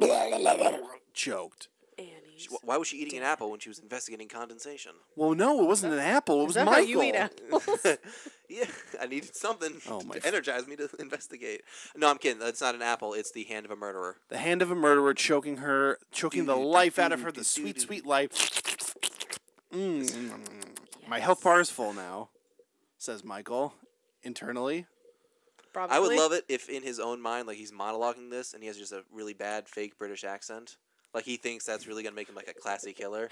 choked.
Annie's.
Wh- Why was she eating an apple when she was investigating condensation? [LAUGHS]
Well, no, it wasn't an apple. It was
Is that
Michael.
how you eat apples?
Yeah, I needed something
Oh, my
[LAUGHS] to
f-
energize me to investigate. No, I'm kidding. That's not an apple. It's the hand of a murderer.
The hand of a murderer choking her, choking the life out of her, the sweet, sweet life. Mm. My health bar is full now, says Michael internally.
Probably.
I would love it if in his own mind, like he's monologuing this, and he has just a really bad fake British accent. Like he thinks that's really gonna make him like a classy killer.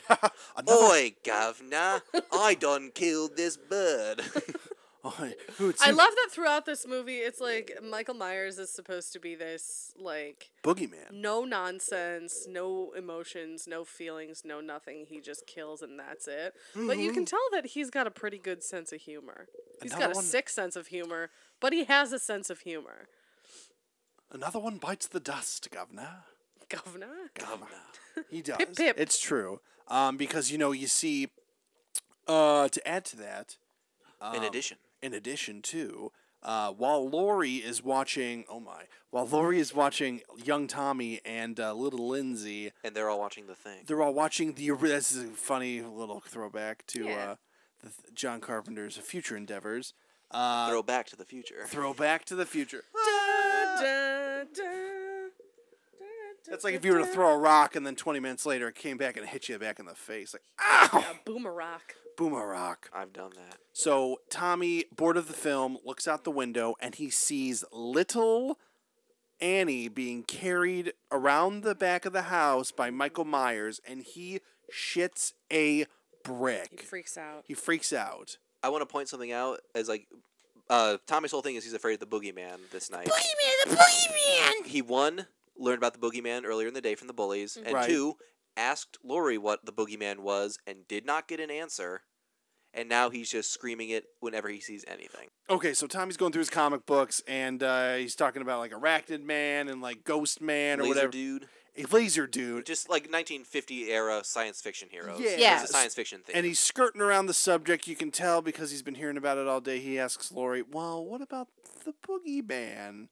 Oi, governor! I done killed this bird.
Oi, who'd
I
see
love that throughout this movie, it's like Michael Myers is supposed to be this like
Boogeyman.
no nonsense, no emotions, no feelings, no nothing. He just kills and that's it. But you can tell that he's got a pretty good sense of humor. He's
Mm-hmm. Another
got a
one-
sick sense of humor, but he has a sense of humor. [LAUGHS]
Another one bites the dust, Governor.
Governor.
Governor. He does.
pip.
It's true. Um, because, you know, you see, uh, to add to that,
in addition,
in addition to uh, while Lori is watching, oh my, while Lori is watching young Tommy and uh, little Lindsay,
and they're all watching the thing.
they're all watching the. ori- This is a funny little throwback to
Yeah.
uh, the, th- John Carpenter's future endeavors. Uh,
Throw back to the future.
throwback to the future. That's like if you were to throw a rock and then 20 minutes later it came back and hit you back in the face. Like, ow!
Yeah, boomerang.
Boomerang.
I've done that.
So Tommy, bored of the film, looks out the window and he sees little Annie being carried around the back of the house by Michael Myers and he shits a brick.
He freaks out.
He freaks out.
I want to point something out as like uh, Tommy's whole thing is he's afraid of the boogeyman this night.
Boogeyman, the boogeyman.
He one learned about the boogeyman earlier in the day from the bullies, and
Right.
two asked Lori what the boogeyman was and did not get an answer, and now he's just screaming it whenever he sees anything.
Okay, so Tommy's going through his comic books and uh, he's talking about like Arachnid Man and like Ghost Man or
Laser
whatever.
dude,
A laser dude.
just like 1950 era science fiction heroes.
Yeah.
it's
Yes.
a science fiction thing.
And he's skirting around the subject. You can tell because he's been hearing about it all day. He asks Lori, Well, what about the boogeyman?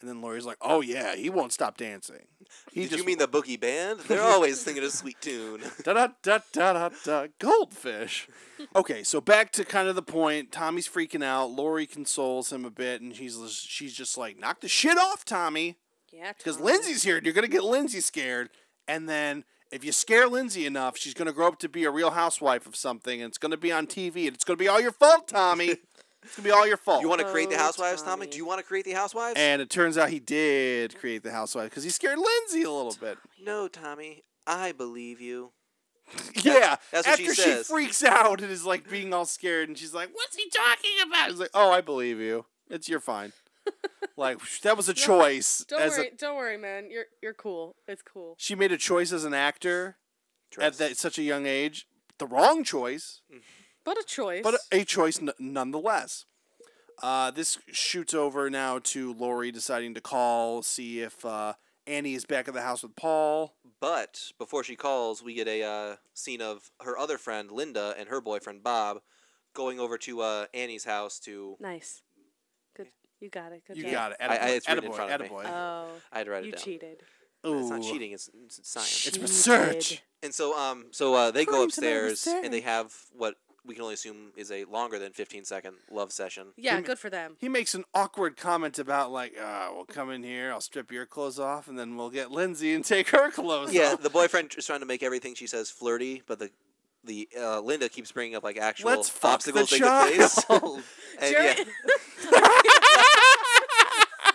And then Lori's like, Oh, yeah, he won't stop dancing. He
Did
just
you mean the boogie
[LAUGHS]
band? They're always singing a sweet tune.
da da da da da da
[LAUGHS]
goldfish. Okay, so back to kind of the point. Tommy's freaking out. Lori consoles him a bit, and she's she's just like, "Knock the shit off, Tommy,"
Yeah.
because Lindsay's here. and You're gonna get Lindsay scared, and then if you scare Lindsay enough, she's gonna grow up to be a real housewife of something, and it's gonna be on TV, and it's gonna be all your fault,
[LAUGHS]
Tommy. it's gonna be all your fault.
You want to create the housewives, Tommy? Do you want to create the housewives?
Oh, And it turns out he did create the housewife because he scared Lindsay a little bit.
no, Tommy. I believe you.
Yeah,
[LAUGHS] That's what
after
she says.
freaks out and is like being all scared, and she's like, "What's he talking about?" He's like, "Oh, I believe you. It's you're
[LAUGHS]
fine." like that was a choice.
Don't
as a-
worry, don't worry, man. You're you're cool. It's cool.
she made a choice as an actor at that such a young age. The wrong choice,
But a choice.
but a choice n- nonetheless. Uh, this shoots over now to Lori deciding to call, see if uh, Annie is back at the house with Paul.
But before she calls, we get a uh, scene of her other friend Linda and her boyfriend Bob going over to uh, Annie's house to.
nice. Good. You got it. Good
You
job.
got it.
I- I-
Attaboy,
it's written in
attaboy,
front of me.
attaboy.
Oh.
I had to write it
you
down.
cheated.
It's not
Ooh.
cheating. It's, it's science.
It's research.
And so, um, so uh, they go
Prime time
upstairs and they
research.
have what we can only assume is a longer than 15 second love session.
Yeah,
He ma-
good for them.
He makes an awkward comment about like, uh, we'll come in here, I'll strip your clothes off, and then we'll get Lindsay and take her clothes
Yeah,
off.
the boyfriend is trying to make everything she says flirty, but the the uh, Linda keeps bringing up like actual
Let's fuck the
obstacles they could face.
child.
[LAUGHS] and yeah,
Jared- [LAUGHS]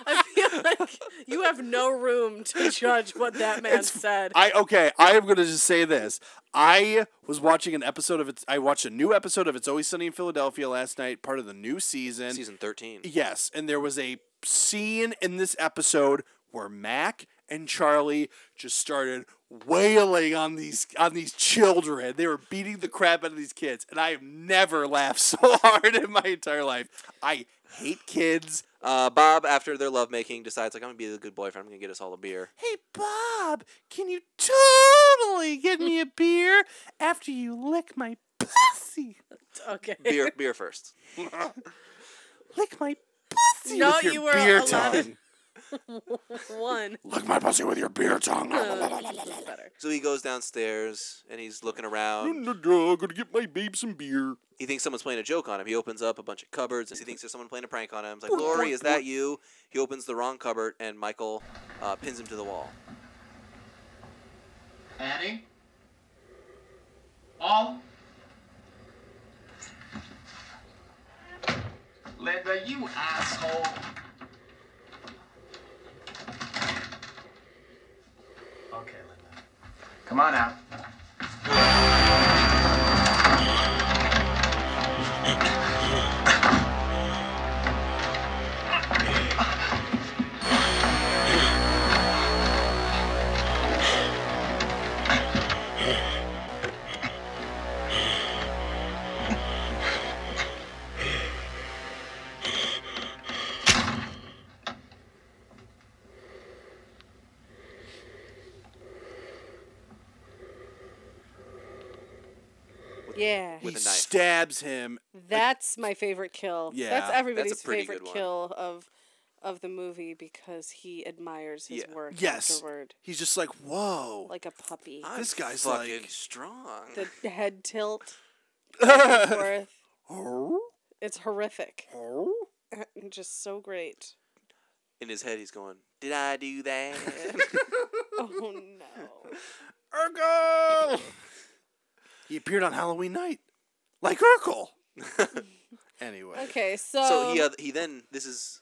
I feel like you have no room to judge what that man said.
I okay, I am gonna just say this. I was watching an episode of it's I watched a new episode of It's Always Sunny in Philadelphia last night, part of the new season.
season 13.
Yes, and there was a scene in this episode where Mac and Charlie just started wailing on these on these children. They were beating the crap out of these kids, and I have never laughed [LAUGHS] so hard in my entire life. I hate kids.
Uh, Bob, after their lovemaking, decides like I'm gonna be the good boyfriend. I'm gonna get us all a beer.
Hey Bob, can you totally get me a beer after you lick my pussy?
Okay. [LAUGHS]
Beer, beer first.
Lick my pussy
No,
with your
you were
beer
allowed to-
tongue.
One.
Lick my pussy with your beer tongue.
So he goes downstairs and he's looking around.
Gonna get my babe some beer.
He thinks someone's playing a joke on him. He opens up a bunch of cupboards and he thinks there's someone playing a prank on him. He's like, Lori, is that you? He opens the wrong cupboard and Michael uh, pins him to the wall.
Annie? Mom? Linda, you asshole. Okay, Linda. Come on out.
Yeah.
He stabs him.
That's my favorite kill.
Yeah,
That's
that's a
everybody's
pretty
favorite
good one.
kill of of the movie because he admires his work
Yes.
afterward.
He's just like, whoa.
Like a puppy.
this guy's
fucking [LAUGHS]
like
strong.
the
[LAUGHS]
head tilt back and forth.
Oh.
It's horrific.
Oh. [LAUGHS]
Just so great.
in his head, he's going, "Did I do that?"
oh no.
Urkel! he appeared on Halloween night, like Urkel.
[LAUGHS]
anyway.
Okay,
so he
so-
uh, he then this is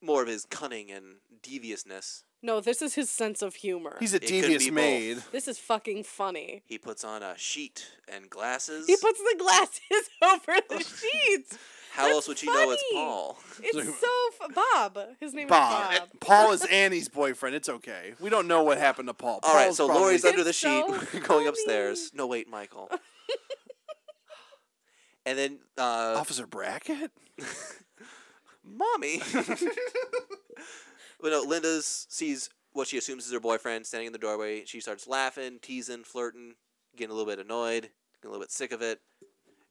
more of his cunning and deviousness.
No, this is his sense of humor.
He's a
It could
devious
be both.
maid.
This is fucking funny.
He puts on a sheet and glasses.
He puts the glasses [LAUGHS] over
[LAUGHS]
the sheets.
How else would you know it's
funny.
Paul?
It's so f- Bob. His name
Bob.
is Bob.
Paul is Annie's boyfriend. It's okay. We don't know what happened to Paul.
All right,
Paul's
so
probably-
Lori's under the
It's
sheet, [LAUGHS]
so
going upstairs. No, wait, Michael. and then uh,
Officer Brackett.
mommy. [LAUGHS] but no, Linda sees what she assumes is her boyfriend standing in the doorway. She starts laughing, teasing, flirting, getting a little bit annoyed, getting a little bit sick of it.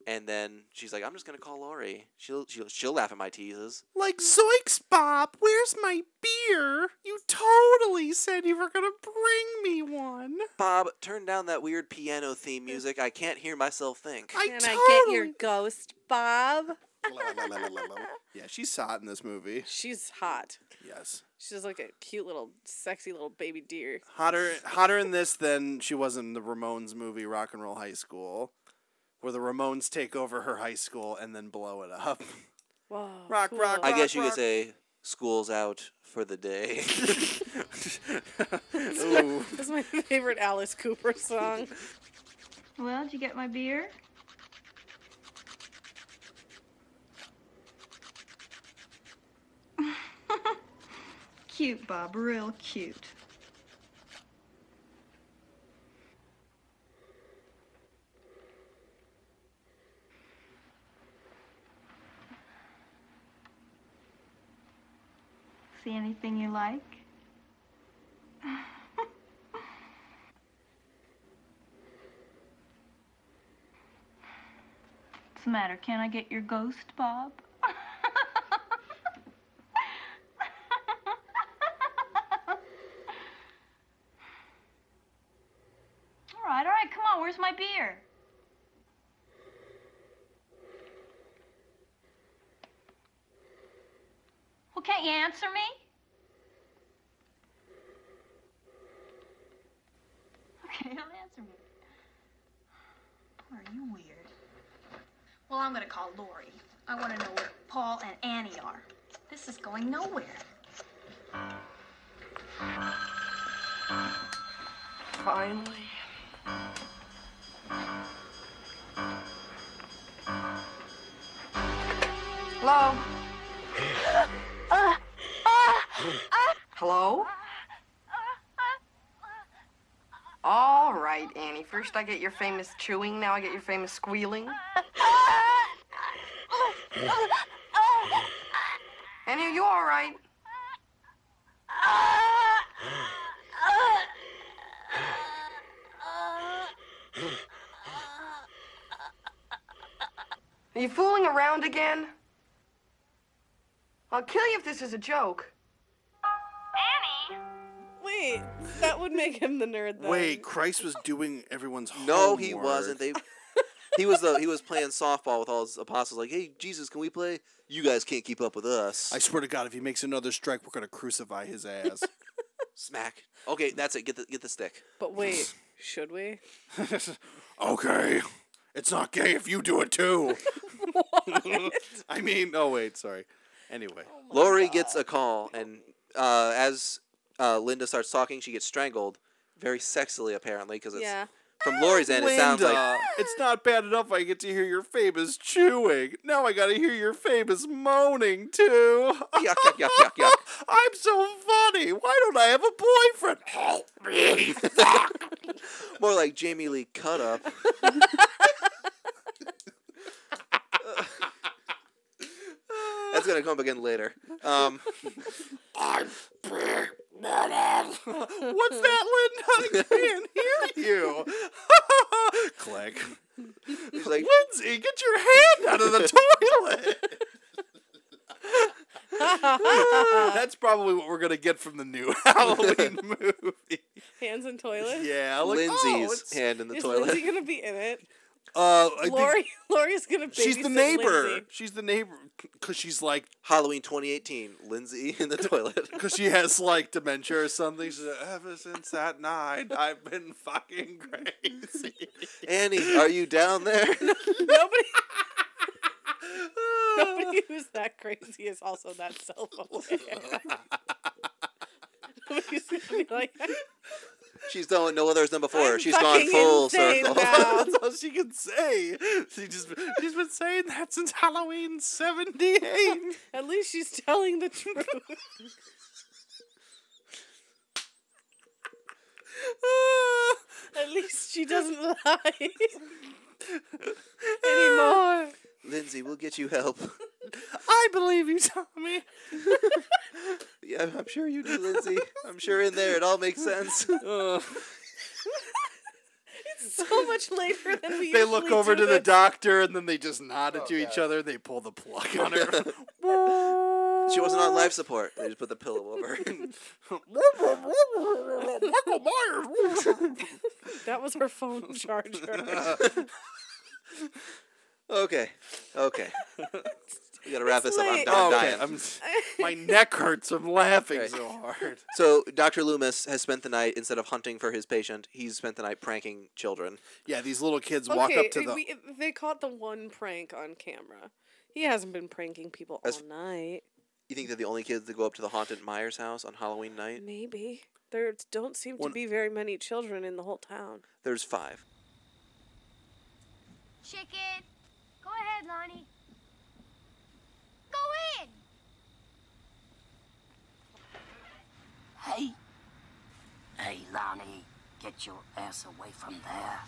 And then she's like, "I'm just gonna call Lori. She'll she'll she'll laugh at my teases."
Like Zoinks, Bob. Where's my beer? You totally said you were gonna bring me one.
Bob, turn down that weird piano theme music. I can't hear myself think.
I
Can
totally.
I get your ghost, Bob?
[LAUGHS] yeah, she's hot in this movie.
She's hot.
Yes,
She's like a cute little, sexy little baby deer.
hotter, hotter in this than she was in the Ramones movie Rock and Roll High School, where the Ramones take over her high school and then blow it up.
Whoa.
Rock, rock,
I guess you
rock.
could say school's out for the day. [LAUGHS]
Ooh.
That's my favorite Alice Cooper
[LAUGHS]
song.
Well, did you get my beer? [LAUGHS] cute, Bob, real cute. See anything you like? What's the matter? Can I get your ghost, Bob? [LAUGHS] all right, all right, come on. Where's my beer? Well, can't you answer me? Okay, [LAUGHS] don't answer me. Are you weird? Well, I'm gonna call Lori. I wanna know where Paul and Annie are. This is going nowhere.
Finally. Hello? Hello? All right, Annie. First I get your famous chewing, now I get your famous squealing. Annie, are you all right? Are you fooling around again? I'll kill you if this is a joke.
Wait, that would make him the nerd. Then.
Wait, Christ was doing everyone's
No, he
homework.
wasn't.
[LAUGHS]
They he was the he was playing softball with all his apostles. Like, hey, Jesus, can we play? You guys can't keep up with us.
I swear to God, if he makes another strike, we're gonna crucify his ass.
Smack. Okay, that's it. Get the get the stick.
But wait, should we?
okay, it's not gay if you do it
[LAUGHS]
too. I mean, oh wait, sorry. Anyway,
Lori gets a call, and uh, as uh, Linda starts talking, she gets strangled, very sexily apparently, because it's
Yeah.
from Lori's end. It sounds like
Linda, it's not bad enough. I get to hear your famous chewing. Now I gotta hear your famous moaning too. [LAUGHS]
yuck yuck yuck yuck yuck.
I'm so funny. Why don't I have a boyfriend? Help me! [LAUGHS]
More like Jamie Lee cut up. [LAUGHS] That's gonna come up again later.
[LAUGHS]
Um,
What's that, Linda? I can't hear you. [LAUGHS] Click.
he's like,
Lindsay, get your hand out of the
[LAUGHS]
toilet. That's probably what we're gonna get from the new [LAUGHS] Halloween movie.
Hands in toilet.
Yeah, like, oh,
Lindsay's
it's-
hand in the
Is
toilet.
Lindsay gonna be in it?
Uh, I think-
Lori, [LAUGHS] Lori's gonna.
she's the
babysit
neighbor.
Lindsay.
She's the neighbor because she's like
Halloween 2018, Lindsay
[LAUGHS]
in the toilet.
because she has like dementia or something. She's like, ever since that night, I've been fucking crazy.
Annie, are you down
[LAUGHS]
there?
Nobody. Nobody who's that crazy is also that self-aware. [LAUGHS] Nobody's gonna be like,
She's done what no other has done before.
I'm
She's gone
fucking
full
insane
circle. [LAUGHS]
[LAUGHS]
now.
That's all she can say. She just she's been saying that since Halloween '78.
At least she's telling the truth. At least she doesn't lie [LAUGHS] anymore.
Lindsay, we'll get you help. [LAUGHS]
I believe you, Tommy.
Yeah, I'm sure you do,
[LAUGHS]
Lindsay. I'm sure in there it all makes sense.
It's so much later than
[LAUGHS]
we.
They look
usually
over
do
to the
this.
doctor and then they just nod
Oh,
at to each other. They pull the plug on her.
[LAUGHS]
she wasn't on life support. They just put the pillow over. [LAUGHS]
Michael [LAUGHS] Myers.
that was her phone charger.
okay, okay. We gotta wrap
It's
this up. I'm,
late.
I'm
Okay,
dying.
Oh, I'm- My neck hurts from laughing so hard.
So Dr. Loomis has spent the night instead of hunting for his patient, he's spent the night pranking children.
Yeah, these little kids walk up to
eh,
the.
we- they caught the one prank on camera. He hasn't been pranking people
That's-
all night.
You think they're the only kids that go up to the haunted Myers house on Halloween night?
Maybe there don't seem
One-
to be very many children in the whole town.
There's five.
Chicken. Go ahead, Lonnie. Go in.
Hey! Hey, Lonnie, get your ass away from there.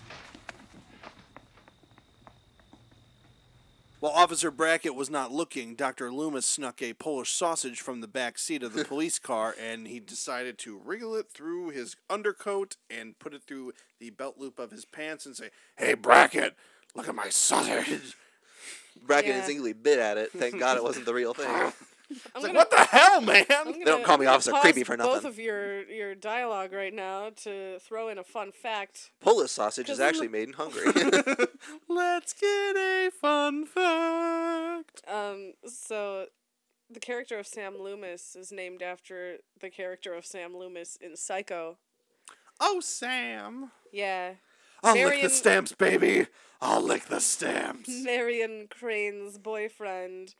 While Officer Brackett was not looking, Dr. Loomis snuck a Polish sausage from the back seat
[LAUGHS]
of the police car and he decided to wriggle it through his undercoat and put it through the belt loop of his pants and say, Hey, Brackett, look at my sausage.
Brackett
Yeah.
instinctively bit at it. Thank God it wasn't the real thing.
[LAUGHS]
I'm
like, "What the hell, man?"
I'm
They don't
gonna
call me Officer
pause
Creepy for
Both
nothing.
of your your dialogue right now to throw in a fun fact.
Polish sausage is
'Cause I'm
actually
the-
made in Hungary.
[LAUGHS]
[LAUGHS]
Let's get a fun fact.
Um, so the character of Sam Loomis is named after the character of Sam Loomis in Psycho.
Oh, Sam.
Yeah.
I'll lick the
Marion-
stamps, baby. I'll lick the stamps.
Marion Crane's boyfriend,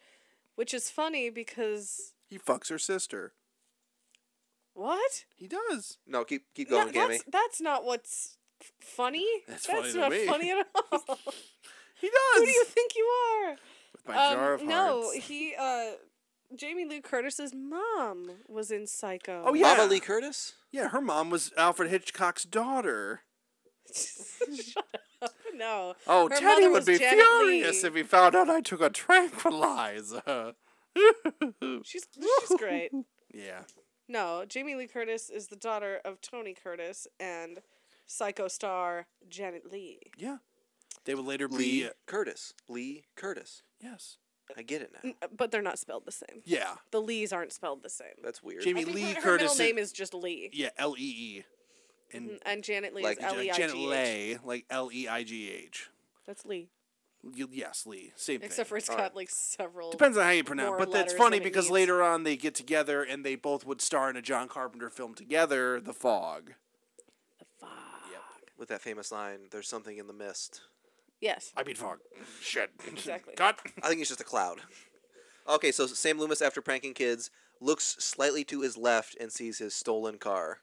which is funny because
He fucks her sister.
what?
He does.
no, keep keep
No,
going, Gammy.
that's, that's not what's f-
[LAUGHS]
funny.
That's
That's,
funny to
not
me.
funny at all. [LAUGHS]
he
does. Who do you think you are? With
my jar of
No,
hearts.
he. Uh, Jamie Lee Curtis's mom was in Psycho. [LAUGHS]
Oh, yeah.
Mama Lee Curtis?
Yeah, her mom was Alfred Hitchcock's daughter.
no.
Oh,
Her
Teddy
mother
would
was
be
Janet
furious
Leigh.
if he found out I took a tranquilizer.
She's she's great.
[LAUGHS] Yeah.
No, Jamie Lee Curtis is the daughter of Tony Curtis and Psycho star Janet Lee.
Yeah. They would later
Lee
be.
Curtis. Lee Curtis.
Yes.
I get it
Mm.
now.
N- But they're not spelled the same.
Yeah.
The Lees aren't spelled the same.
That's weird.
Jamie
I think
Lee
her- her
Curtis
middle
is-
name is just Lee.
Yeah, L E E.
Mhm, And Janet Lee
Like
is L E I
Janet
G H.
Leigh, like L E I G H.
That's Lee.
You- Yes, Lee. Same thing.
Except for it's
All
got
right.
like several.
Depends on how you pronounce.
more
But that's
letters
funny
than it
because
needs.
later on they get together and they both would star in a John Carpenter film together, The Fog.
With that famous line, there's something in the mist.
Yes.
I mean, fog. Shit.
Exactly.
Cut.
I think it's just a cloud. [LAUGHS] Okay, so Sam Loomis, after pranking kids, looks slightly to his left and sees his stolen car.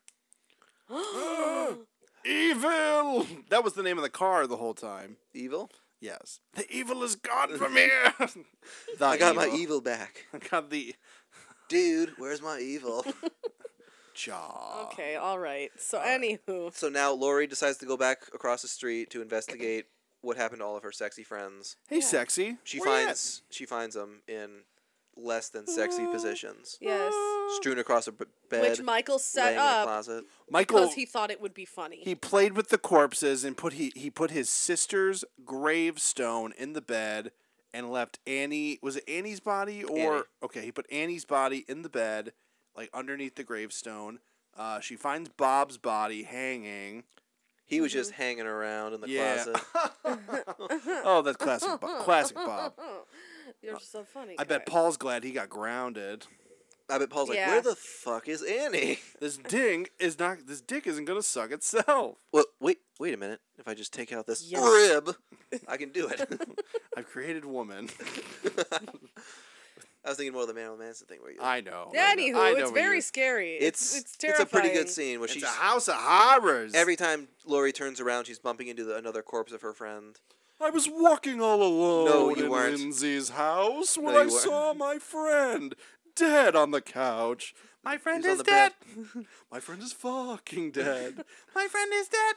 evil. That was the name of the car the whole time.
Evil?
Yes. The evil is gone
[LAUGHS]
from here.
I got my e evil back.
[LAUGHS] I got the
Dude, where's
[LAUGHS]
my evil?
jaw.
Okay, all right. So, anywho,
So now Lori decides to go back across the street to
[CLEARS THROAT]
investigate what happened to all of her sexy friends.
Hey, sexy.
She
Where you
finds she finds them in less than sexy positions.
yes.
Strewn across a b- bed.
Which Michael set
laying
up.
In a closet.
Michael-
Because he thought it would be funny.
He played with the corpses and put he he put his sister's gravestone in the bed and left Annie was it Annie's body or
Annie.
okay he put Annie's body in the bed like underneath the gravestone. Uh, she finds Bob's body hanging.
He was
Mm-hmm.
just hanging around in the
Yeah.
closet.
oh, that's classic. Bo- classic Bob.
You're so funny.
[LAUGHS] I bet Paul's glad he got grounded.
I bet Paul's
like, Yeah. "Where the
fuck is Annie?
[LAUGHS]
This ding is not. This dick isn't gonna suck itself.
Well, wait, wait a minute. If I just take out this
Yes.
[LAUGHS]
rib, I can do it. [LAUGHS]
I've created woman. [LAUGHS]
I was thinking more of the man on Manson thing where you.
I know.
Anywho, it's very scary.
It's
It's it's
it's
terrifying.
a pretty good scene where she's a
house of horrors.
Every time Lori turns around, she's bumping into the, another corpse of her friend.
I was walking all alone
No, you
in
weren't.
Lindsay's house when
No,
I
you weren't.
saw my friend dead on the couch. My friend
He was
is
on the
dead. [LAUGHS] my friend is fucking dead.
My friend is dead.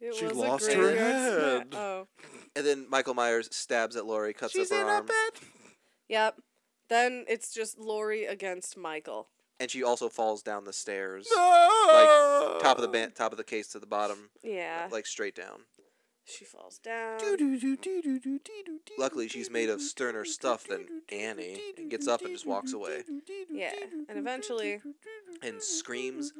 It
She was a lost her graveyard head. smack.
[LAUGHS] Oh.
And then Michael Myers stabs at Lori, cuts
She's
up her
in a
arm,
[LAUGHS]
Yep. Then it's just Lori against Michael.
and she also falls down the stairs,
No!
like top of the ba- top of the case to the bottom,
Yeah.
like straight down.
she falls down.
Luckily, she's made of sterner stuff than Annie, and gets up and just walks away
Yeah. And eventually
and screams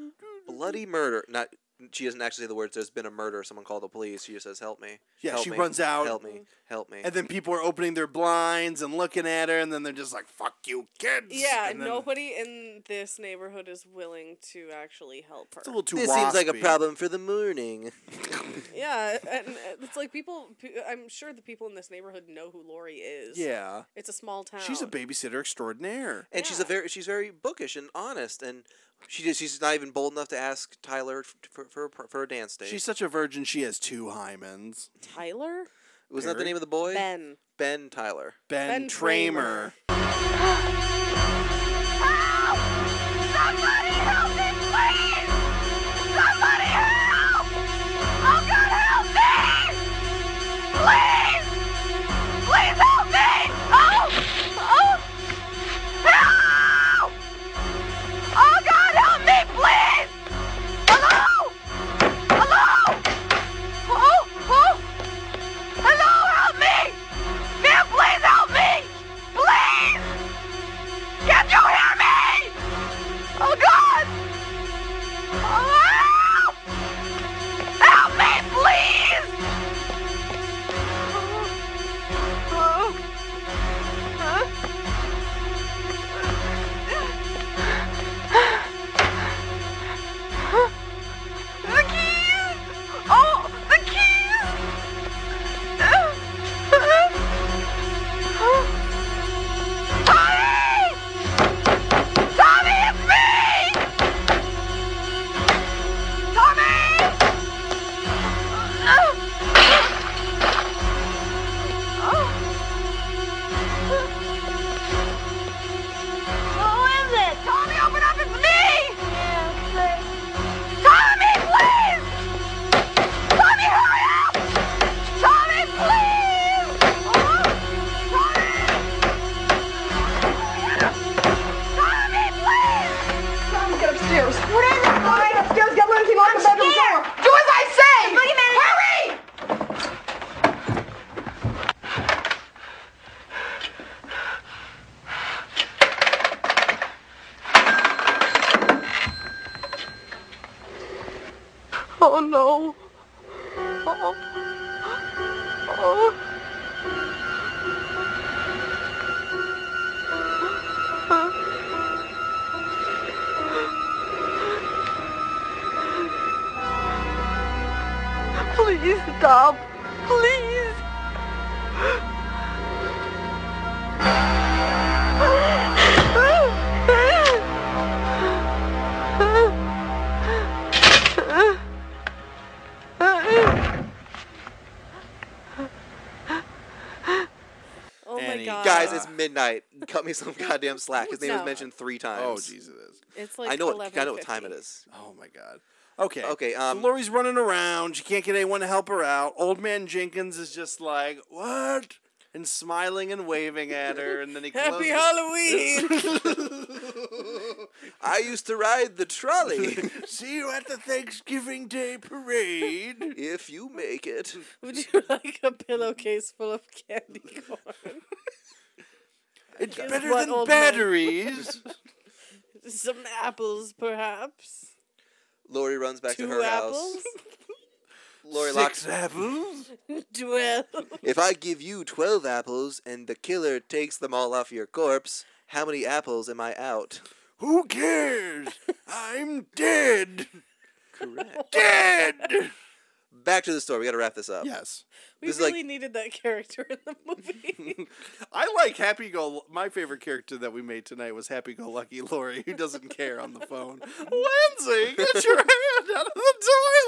bloody murder. Not she doesn't actually say the words. There's been a murder. Someone call the police. She just says, "Help me."
Yeah,
help
she
me,
runs out.
Help me. Help me.
And then people are opening their blinds and looking at her, and then they're just like, fuck you, kids.
Yeah,
and then
nobody in this neighborhood is willing to actually help her.
It's a little too
this seems like a
waspy.
problem for the morning.
Yeah, and uh, it's like people. pe- I'm sure the people in this neighborhood know who Lori is.
Yeah.
it's a small town.
She's a babysitter extraordinaire.
and she's a very she's very bookish and honest, and she just, she's not even bold enough to ask Tyler f- for for for a dance date.
She's such a virgin, she has two hymens.
Tyler.
was that the name of the boy?
Ben.
Ben Tyler.
Ben,
Ben
Tramer.
Somebody help me, please! Somebody help! Oh God, help me! Please! Please help me! Oh! Oh! Help! Oh God, help me, please! Hello! Hello! Oh! Oh! Hello, help me! Man, please help me! Please! Can you hear me? Oh God! Oh, help! Help me, please! Oh. Huh? The keys! Oh, the keys! Tommy! Tommy, it's me! Tommy! Who is it? Tommy, open up, it's me! Tommy, please! Tommy, hurry up! Tommy, please! Oh, Tommy! Tommy, please! Tommy, get upstairs. What is it? All right, upstairs, get Lindsay, lock the bedroom door. Do as I say! Hurry! Oh no. Oh. Oh. Please stop. Please.
Oh my god,
Guys, it's midnight. Cut me some goddamn slack. [LAUGHS] His name
No.
was mentioned three times.
Oh, jeez, it is.
It's like
I know what I know what
11:50.
time it is.
Oh my god. Okay.
Okay,
So
um,
Lori's running around. She can't get anyone to help her out. Old man Jenkins is just like, what? And smiling and waving at her, and then he
[LAUGHS] Happy
closes-
[LAUGHS]
Halloween!
I used to ride the trolley.
[LAUGHS]
[LAUGHS]
See you at the Thanksgiving Day parade.
if you make it.
would you like a pillowcase full of candy corn? [LAUGHS]
It's
Is
better
what
than
old man-
batteries.
Some apples, perhaps.
Lori runs back
Two
to her
apples? [LAUGHS]
house. [LAUGHS] Lori
Six
Lox-
apples?
Twelve.
If I give you 12 apples and the killer takes them all off your corpse, how many apples am I out?
Who cares? I'm dead.
Correct.
Dead!
[LAUGHS]
Back to the story. We got to wrap this up.
Yes.
We
This is
really
like-
needed that character in the movie.
I like Happy Go. My favorite character that we made tonight was Happy Go Lucky [LAUGHS] Lori, who doesn't care on the
[LAUGHS]
phone. Lindsay, get your hand out of the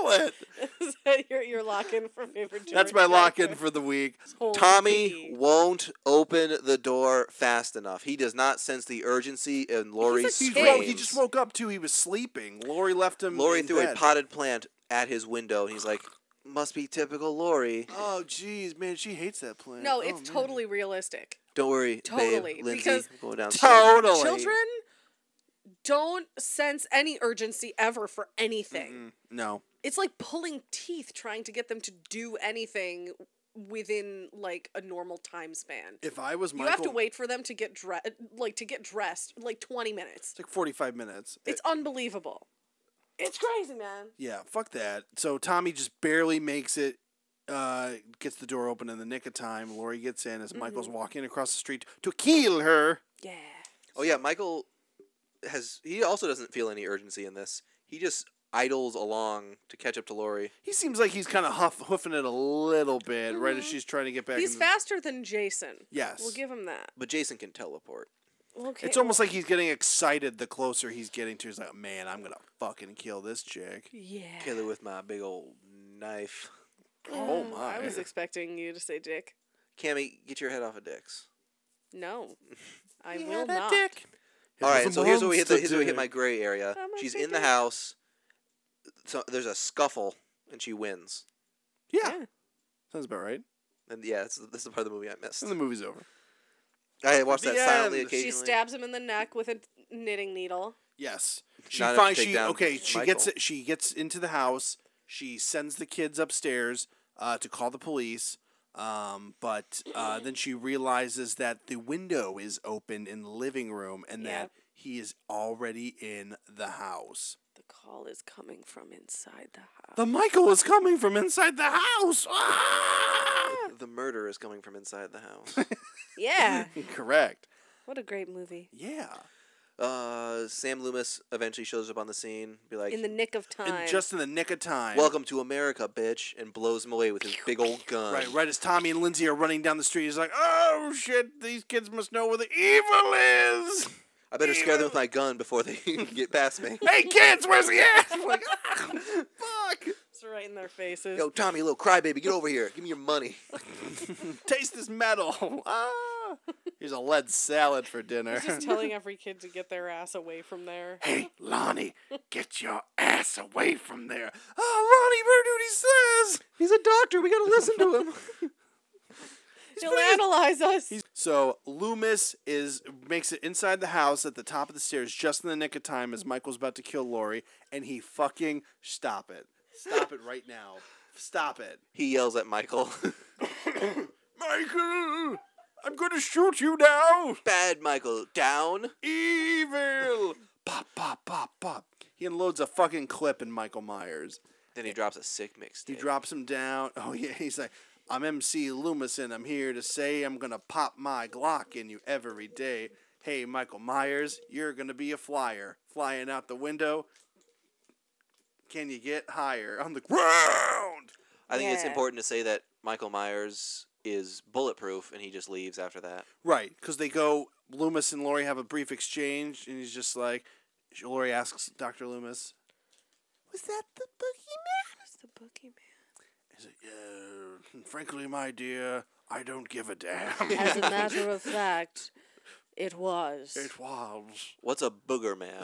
toilet.
Is that your, your lock in for favorite
That's my lock in for the week.
Holy
Tommy won't open the door fast enough. He does not sense the urgency in Lori's
He's
screams.
woke- he just woke up too. He was sleeping. Lori left him.
Lori
in
threw a
bed.
potted plant at his window, and he's like, "Must be typical Lori."
Oh, jeez, man, she hates that plant.
No,
Oh,
it's
man.
totally realistic.
Don't worry,
Totally,
babe, Lindsay,
because-
I'm going down.
Totally.
Children don't sense any urgency ever for anything.
No.
It's like pulling teeth trying to get them to do anything within like a normal time span.
If I was
you
Michael,
have to wait for them to get dressed, like to get dressed, like twenty minutes.
It's like forty-five minutes.
It's unbelievable. It's crazy, man.
Yeah, fuck that. So Tommy just barely makes it, uh, gets the door open in the nick of time. Lori gets in as Michael's walking across the street to kill her.
Yeah.
Oh yeah, Michael has. He also doesn't feel any urgency in this. He just idles along to catch up to Lori.
He seems like he's kind of huff, hoofing it a little bit right as
Mhm.
she's trying to get back.
He's
into-
faster than Jason.
mm-hmm. Yes.
We'll give him that.
But Jason can teleport.
Okay.
It's almost like he's getting excited the closer he's getting to. He's like, man, I'm gonna fucking kill this chick.
Yeah.
Kill her with my big old knife.
Oh
Uh,
my.
I was expecting you to say dick.
Cammy, get your head off of Dix.
No. I
Yeah,
will
that
not.
dick.
All
was
right,
a
so here's where we hit the,
monster
here's where we hit my
dick.
gray area.
I'm a
She's
big
in the
dick.
house. So there's a scuffle, and she wins.
Yeah. Sounds about right.
And yeah, that's, this is the part of the movie I missed.
And the movie's over.
I watched
The
that silently
end.
occasionally.
She stabs him in the neck with a knitting needle.
Yes. She
Not enough to
finds
take
she
down
okay. She gets
Michael.
it. She gets into the house. She sends the kids upstairs uh, to call the police. Um, but uh, then she realizes that the window is open in the living room and that
Yep.
he is already in the house.
The call is coming from inside the house.
The Michael is coming from inside the house. Ah!
[LAUGHS]
The murder is coming from inside
[LAUGHS]
the house.
Yeah.
Correct.
what a great movie.
Yeah.
uh, Sam Loomis eventually shows up on the scene, be like,
in the nick of time.
And just in the nick of time.
"Welcome to America, bitch," and blows him away with his big old gun.
Right, right as Tommy and Lindsay are running down the street, he's like, "Oh shit! These kids must know where the evil
[LAUGHS]
is."
I better scare them with my gun
[LAUGHS]
before they [LAUGHS] get past me.
hey kids, where's [LAUGHS] the ass? I'm like, "Ah, fuck!
It's right in their
[LAUGHS]
faces.
Yo, Tommy, little crybaby, get over here. Give me your money.
Taste this metal. [LAUGHS] ah. Here's a lead salad for dinner. [LAUGHS]
He's just telling every kid to get their ass away from there.
hey, Lonnie, get your ass away from there. Ah, Oh, Lonnie, heard what he says.
He's a doctor. We gotta listen to him.
[LAUGHS]
He'll analyze us.
So Loomis is makes it inside the house at the top of the stairs just in the nick of time as Michael's about to kill Lori, and he fucking stop it. Stop it right now. Stop it.
he yells at Michael. [LAUGHS]
Michael! I'm gonna shoot you now!
Bad Michael,
[LAUGHS]
down.
Evil! pop, pop, pop, pop. He unloads a fucking clip in Michael Myers.
Then he drops a sick mixtape.
He drops him down. [LAUGHS] Oh, yeah, he's like, I'm MC Loomis and I'm here to say I'm gonna pop my Glock in you every day. Hey, Michael Myers, you're gonna be a flyer. Flying out the window. Can you get higher on the ground?
I think it's
Yeah.
important to say that Michael Myers is bulletproof, and he just leaves after that.
Right, because they go. Loomis and Lori have a brief exchange, and he's just like, Lori asks Doctor Loomis, "Was that the boogeyman?"
Who's the boogeyman?
He's like, "Yeah, frankly, my dear, I don't give a damn."
[LAUGHS] As a matter of fact, it was.
it was
What's a
[LAUGHS]
booger man?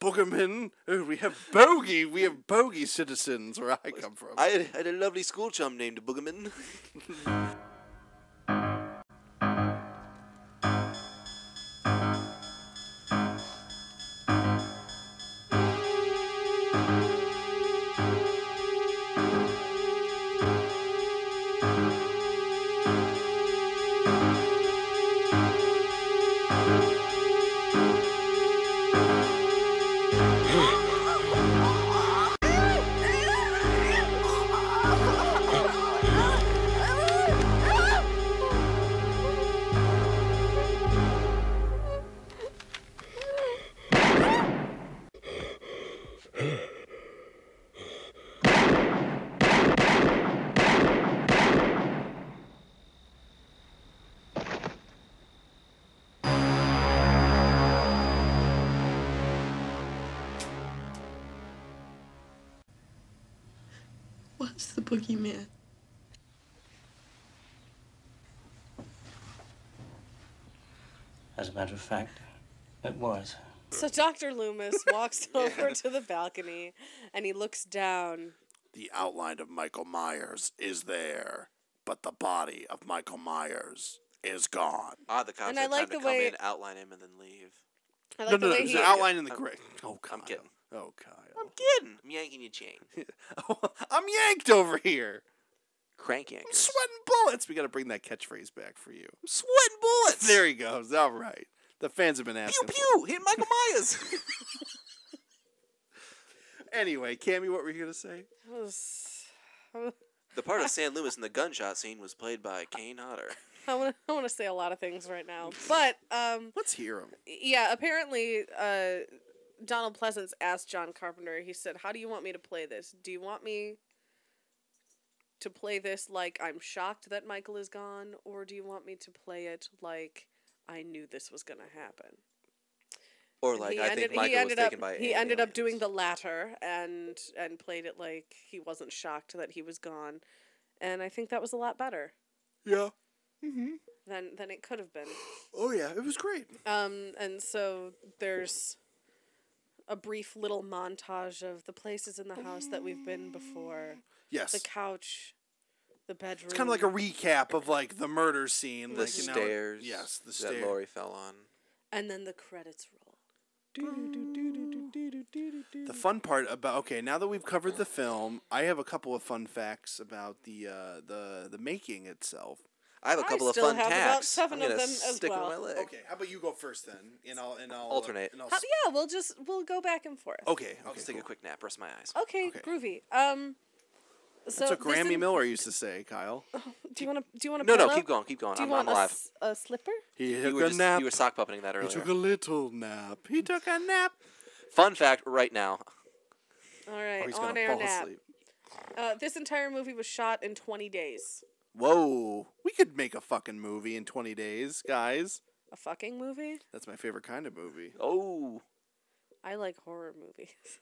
boogeyman. Oh, we have bogey. We have bogey citizens where I come from.
I had, I had a lovely school chum named Boogerman. [LAUGHS]
Hey,
It's the boogeyman.
As a matter of fact, it was.
So Dr. Loomis [LAUGHS] walks over to the balcony and he looks down.
The outline of Michael Myers is there, but the body of Michael Myers is gone.
Ah, the cops
And I
had
like
time to
the
come
way-
in, outline him, and then leave.
I like
no, no,
the
no.
way
it's
he
the outline in the
I'm-
gray. Oh, Kyle.
I'm kidding.
Oh, Kyle.
I'm kidding. I'm yanking your chain.
[LAUGHS] I'm yanked over here.
[LAUGHS] Crank
I'm
yankers.
sweating bullets. We got to bring that catchphrase back for you. I'm sweating bullets. [LAUGHS] There he goes. All right. The fans have been asking. for
Pew, hit Michael Myers.
it. Anyway, Cammy, what were you gonna say?
the part of San Loomis in the gunshot scene was played by Kane Hodder.
[LAUGHS] I want to I want to say a lot of things right now, but um,
Let's hear him.
yeah. Apparently, uh, Donald Pleasance asked John Carpenter. He said, "How do you want me to play this? Do you want me to play this like I'm shocked that Michael is gone, or do you want me to play it like I knew this was gonna happen?"
Or
And
like
he
I
ended-
think
he
Michael was
ended
taken
up,
by.
He
a-
ended
alien.
up doing the latter and and played it like he wasn't shocked that he was gone, and I think that was a lot better
Yeah. Mm-hmm.
than than it could have been.
Oh yeah, it was great.
Um, and so there's a brief little montage of the places in the house that we've been before.
Yes.
The couch, the bedroom.
It's kind of like a recap of like the murder scene,
the
like you know,
stairs.
yes, the
that
stairs.
Lori fell on.
And then the credits roll.
The fun part about okay, now that we've covered the film, I have a couple of fun facts about the uh, the the making itself.
I have a
I
couple of
still
fun
have about
tacks.
seven
I'm
of
gonna
them as
stick 'em in
well.
my leg.
Okay, how about you go first then, and I'll and I'll uh,
Uh, Alternate.
and I'll
How-
s-
yeah, we'll just we'll go back and forth.
okay,
I'll
okay,
just take
cool.
a quick nap, rest my eyes.
Okay, groovy. Um, so
That's what
this
Grammy
in-
Miller used to say, Kyle.
Do you want to? Do you want to?
No, no, keep going, keep going.
Do you
I'm-
want
I'm
a
alive.
s- A, slipper?
He
You
took
were,
a
just,
nap.
you were sock puppeting that
he
earlier.
took a little nap. He took a nap.
Fun fact right now.
All right,
he's gonna
on air
fall
nap.
asleep.
Uh, this entire movie was shot in twenty days.
Whoa, we could make a fucking movie in twenty days, guys.
A fucking movie.
That's my favorite kind of movie.
Oh. [LAUGHS]
I like horror movies. [LAUGHS]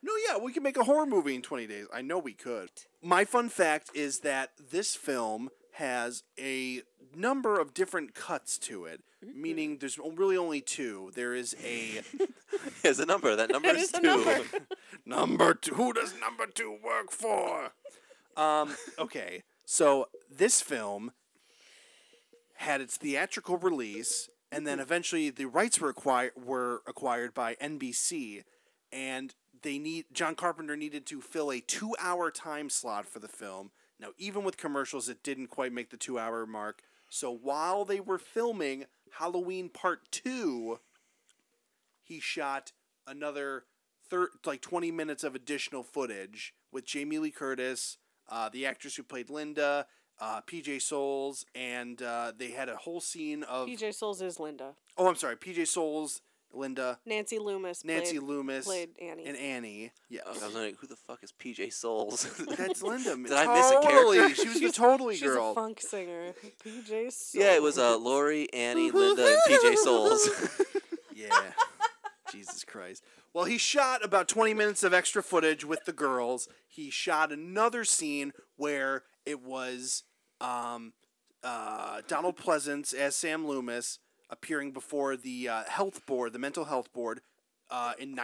No, yeah, we could make a horror movie in 20 days. I know we could. My fun fact is that this film has a number of different cuts to it, meaning there's really only two. There is a
There's a number. That number
There's
is
a
two.
number.
number two. Who does number two work for? Um, okay, so this film had its theatrical release, and then eventually the rights were acquired were acquired by NBC, and they need John Carpenter needed to fill a two hour time slot for the film. Now, even with commercials, it didn't quite make the two hour mark. So while they were filming Halloween Part Two, he shot another thir- like 20 minutes of additional footage with Jamie Lee Curtis, uh, the actress who played Linda, uh, PJ Souls, and uh, they had a whole scene of.
PJ Souls is Linda.
Oh, I'm sorry, PJ Souls, Linda,
Nancy Loomis.
Nancy
played,
Loomis,
played Annie.
and Annie. Yeah.
[LAUGHS] I was wondering, who the fuck is PJ Souls? [LAUGHS]
[LAUGHS]
That's Linda.
Did I miss a
Totally,
character?
She was a totally
She's
girl.
a funk singer. [LAUGHS] PJ Souls.
yeah, it was uh, Lori, Annie, Linda, and PJ Souls. [LAUGHS]
Yeah. Jesus Christ. Well, he shot about 20 minutes of extra footage with the girls. He shot another scene where it was um, uh, Donald Pleasance as Sam Loomis appearing before the uh, health board, the mental health board, uh, in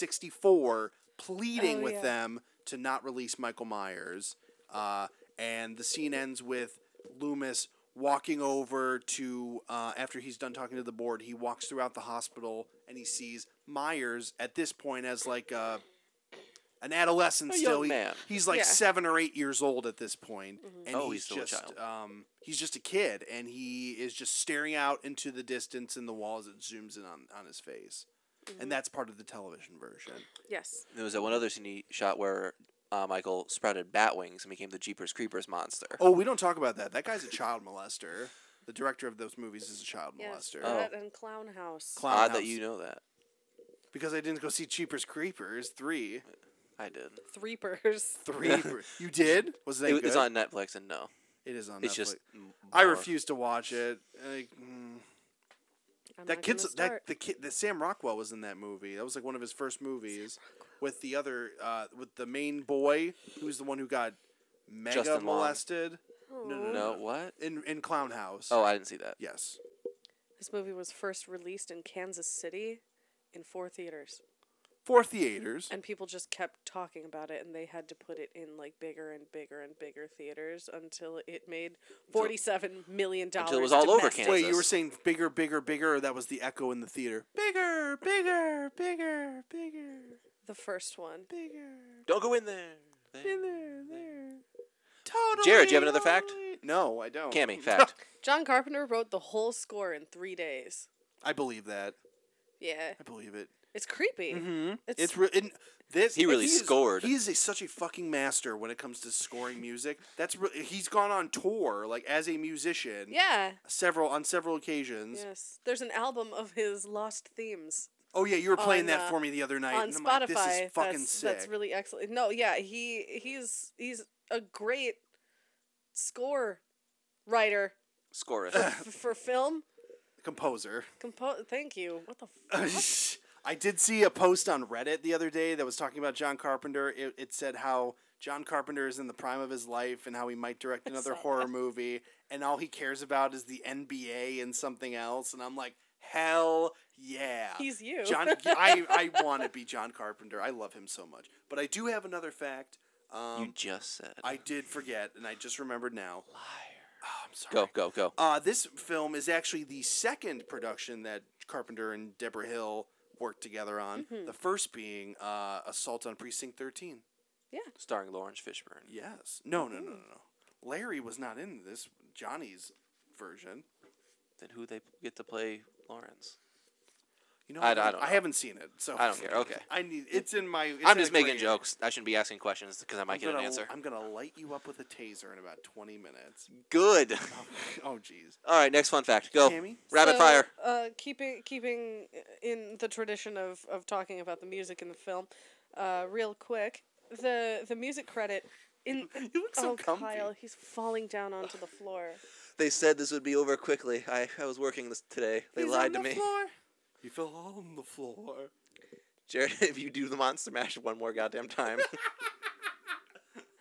1964, pleading
Oh,
with
yeah.
them to not release Michael Myers. Uh, and the scene ends with Loomis walking over to, uh, after he's done talking to the board, he walks throughout the hospital and he sees Myers at this point as like a. An adolescent
A young
still. He-
man.
he's like
Yeah. Mm-hmm.
seven or eight years old at this point, and
Oh,
he's,
he's still a
just
child.
um, he's just a kid, and he is just staring out into the distance and the walls. It zooms in on, on his face, and that's part of the television version.
Yes.
there was that one other scene he shot where uh, Michael sprouted bat wings and became the Jeepers Creepers monster.
Oh, we don't talk about that. That guy's a child molester. The director of those movies is a child
Yes.
molester.
That and Clown House.
Clown
Oh, Odd that
House.
you know that.
because I didn't go see Cheapers Creepers
[LAUGHS]
three.
I did.
[LAUGHS]
Threepers.
Three. you did? Was that
It,
good?
it's on Netflix, and no.
It is on.
it's
Netflix.
just.
I
more-
refuse to watch it. Like, mm.
I'm
that
not
kid's
gonna
that
start.
the kid that Sam Rockwell was in that movie. That was like one of his first movies with the other uh, with the main boy who's the one who got mega
Justin Long.
molested. No, no,
No,
no.
what?
In in Clown House.
Oh, I didn't see that.
Yes.
This movie was first released in Kansas City in four theaters.
Four theaters.
And people just kept talking about it, and they had to put it in like bigger and bigger and bigger theaters until it made forty-seven million dollars.
Wait, you were saying bigger, bigger, bigger. Or that was the echo in the theater. bigger, bigger, bigger, bigger.
The first one.
Bigger.
Don't go in there.
In there, there. Totally.
Jared, do you have another fact?
No, I don't. [LAUGHS]
Cammy, fact.
John Carpenter wrote the whole score in three days.
I believe that.
Yeah,
I believe it.
it's creepy.
Mm-hmm. It's,
It's,
re- and this.
He really
he's-
scored.
He is a, such a fucking master when it comes to scoring music. That's re- he's gone on tour like as a musician.
yeah.
Several on several occasions.
Yes, there's an album of his lost themes.
Oh yeah, you were playing
on,
that
uh,
for me the other night,
on
and I'm
Spotify.
like, this is fucking
that's,
sick.
That's really excellent. No, yeah, he he's he's a great score writer
[LAUGHS]
Scorist.
f- for film.
Composer.
Compo- thank you. What the
I did see a post on Reddit the other day that was talking about John Carpenter. It, it said how John Carpenter is in the prime of his life and how he might
[LAUGHS]
direct another
saw
horror movie, and all he cares about is the NBA and something else. And I'm like, hell yeah.
He's you. [LAUGHS]
John, I, I want to be John Carpenter. I love him so much. But I do have another fact. Um,
you just said.
I did forget, and I just remembered now. Liar. Oh, I'm sorry.
Go, go, go.
Uh, this film is actually the second production that Carpenter and Deborah Hill worked together on.
Mhm.
The first being uh, Assault on Precinct 13.
Yeah.
Starring Lawrence Fishburne.
Yes. No, no, no, no, no. Larry was not in this Johnny's version.
Then who they get to play Lawrence?
You know,
I-
I,
I don't know.
haven't seen it, so
I don't care. Okay.
[LAUGHS] I need. It's in my. it's
I'm
in
just
a
making
grade.
jokes. I shouldn't be asking questions because I might
I'm
get an
gonna-
answer.
I'm gonna light you up with a taser in about 20 [LAUGHS] minutes.
Good.
Oh, jeez.
[LAUGHS] All right, next fun fact. Go.
Cammy?
Rapid
So,
fire.
Uh, keeping keeping in the tradition of, of talking about the music in the film, uh, real quick, the the music credit in
[LAUGHS] you look
so
oh,
comfy.
Kyle, he's falling down onto the floor.
They said this would be over quickly. I, I was working this today. They lied to me.
You fell on the floor.
Jared, [LAUGHS] if you do the Monster Mash one more goddamn time. [LAUGHS]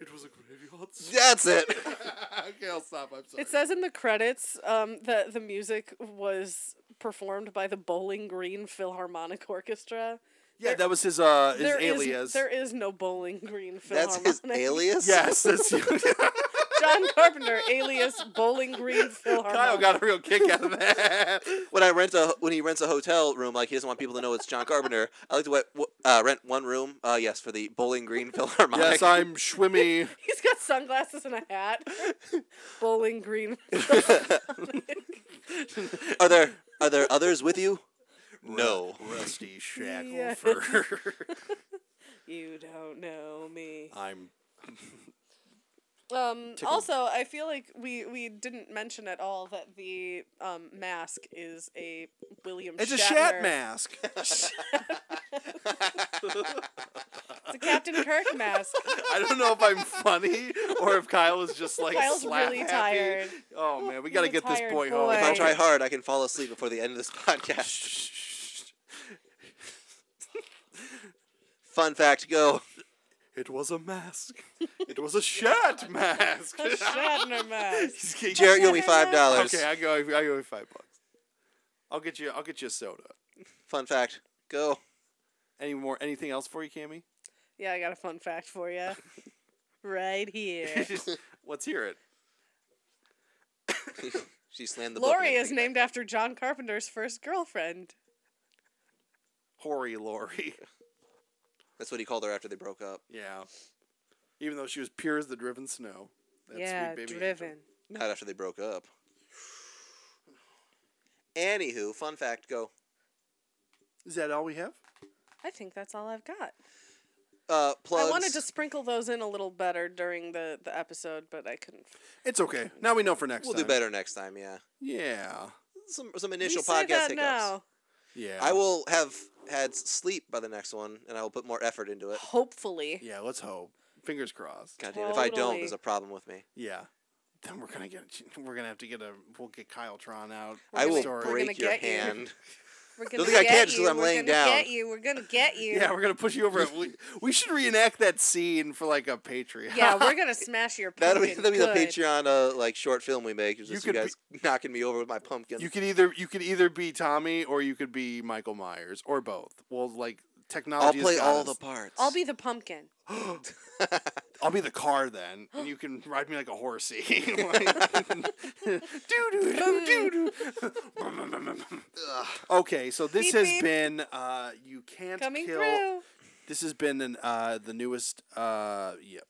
It was a graveyard.
That's it.
okay, I'll stop. I'm sorry.
It says in the credits um, that the music was performed by the Bowling Green Philharmonic Orchestra.
yeah, that was his uh his
There is
alias.
there is no Bowling Green
[LAUGHS]
That's
Philharmonic.
his alias?
yes, [LAUGHS] that's
John Carpenter, alias Bowling Green
[LAUGHS]
Philharmonic. [LAUGHS]
Kyle got a real kick out of that.
when I rent a when he rents a hotel room, like he doesn't want people to know it's John Carpenter. I like to wet, w- uh, rent one room. Uh, yes, for the Bowling Green [LAUGHS] Philharmonic.
[LAUGHS] yes, I'm Schwimmy.
He's got sunglasses and a
[LAUGHS]
hat. Bowling Green.
Are there are there others with you? No.
Rusty [LAUGHS]
Yes.
Shackleford.
[LAUGHS] you don't know me.
I'm
Um,
Tickled.
also, I feel like we, we didn't mention at all that the um, mask is a William
It's a
Shatner.
shat mask.
It's a Captain Kirk
[LAUGHS]
mask.
I don't know if I'm funny or if Kyle is just like
Kyle's
slap
really
happy.
tired.
Oh man, we gotta
He's a
get this
tired
boy, home.
If I
boy.
try hard, I can fall asleep before the end of this [LAUGHS] podcast. Fun fact, go.
It was a [LAUGHS] mask. It was a shat mask.
[LAUGHS] A Shatner mask.
He's getting-
Jared, you
[LAUGHS]
owe me five dollars.
Okay, I go. I owe you five bucks. I'll get you. I'll get you a soda.
Fun fact, go.
Any more? Anything else for you, [LAUGHS] Cammy?
Yeah, I got a fun fact for you. Right
[LAUGHS]
here.
Let's hear it.
she slammed the book. and
Lori
then
is
picked it
named after John Carpenter's first girlfriend.
Hori Lori.
up. That's what he called her after they broke up.
Yeah. Even though she was pure as the driven snow. That sweet
yeah,
baby angel.
driven.
Not after they broke up. Anywho, fun fact, go.
Is that all we have?
I think that's all I've got.
Uh, plugs.
I wanted to sprinkle those in a little better during the, the episode, but I couldn't.
It's okay. Now we know for next
We'll
time.
do better next time. Yeah.
Yeah.
Some some initial
You say
podcast
that
hiccups.
now.
Yeah.
I will have had sleep by the next one, and I will put more effort into it.
Hopefully.
Yeah, let's hope. Fingers crossed.
God damn, it, if I don't,
Totally.
there's a problem with me.
Yeah. Then [LAUGHS] we're gonna get we're gonna have to get a we'll get Kyle Tron out.
We're
I
gonna-
will
Sorry.
we're gonna
break your
get you.
hand.
We're
Don't think I can just 'cause I'm
We're
laying
gonna
down.
Get you. We're gonna
[LAUGHS]
get you.
Yeah, we're gonna push you over. we, we should reenact that scene for like a Patreon.
Yeah,
[LAUGHS]
we're gonna smash your.
[LAUGHS] That'll be
pumpkin
that'll be
good.
the Patreon uh, like short film we make. It's
You
Just you,
could
guys [LAUGHS] knocking me over with my pumpkin.
You could either you could either be Tommy or you could be Michael Myers or both. Well, like technology. has
play
got
all
us.
the parts.
I'll be the pumpkin.
I'll be the car then, and you can ride me like a horsey. [LAUGHS] Like- Ugh. okay, so this
Beep,
has
beep.
been uh, you can't
Coming
kill.
through.
This has been an, uh, the newest. Uh, yep.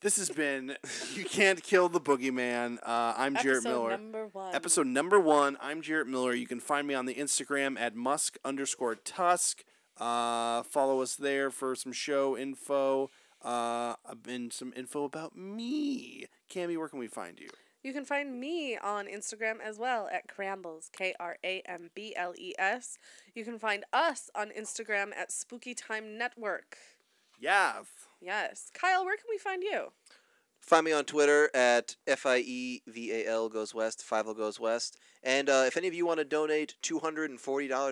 This has been you can't kill the boogeyman. Uh, I'm Jarrett
Episode
Miller.
number one.
Episode number one. I'm Jarrett Miller. You can find me on the Instagram at musk underscore tusk. Uh, follow us there for some show info. Uh, and some info about me. Cammy, where can we find you?
You can find me on Instagram as well at Crambles, K R A M B L E S. You can find us on Instagram at Spooky Time Network.
Yeah.
Yes. Kyle, where can we find you?
Find me on Twitter at F I E V A L goes west, five L goes west. And uh, if any of you want to donate $240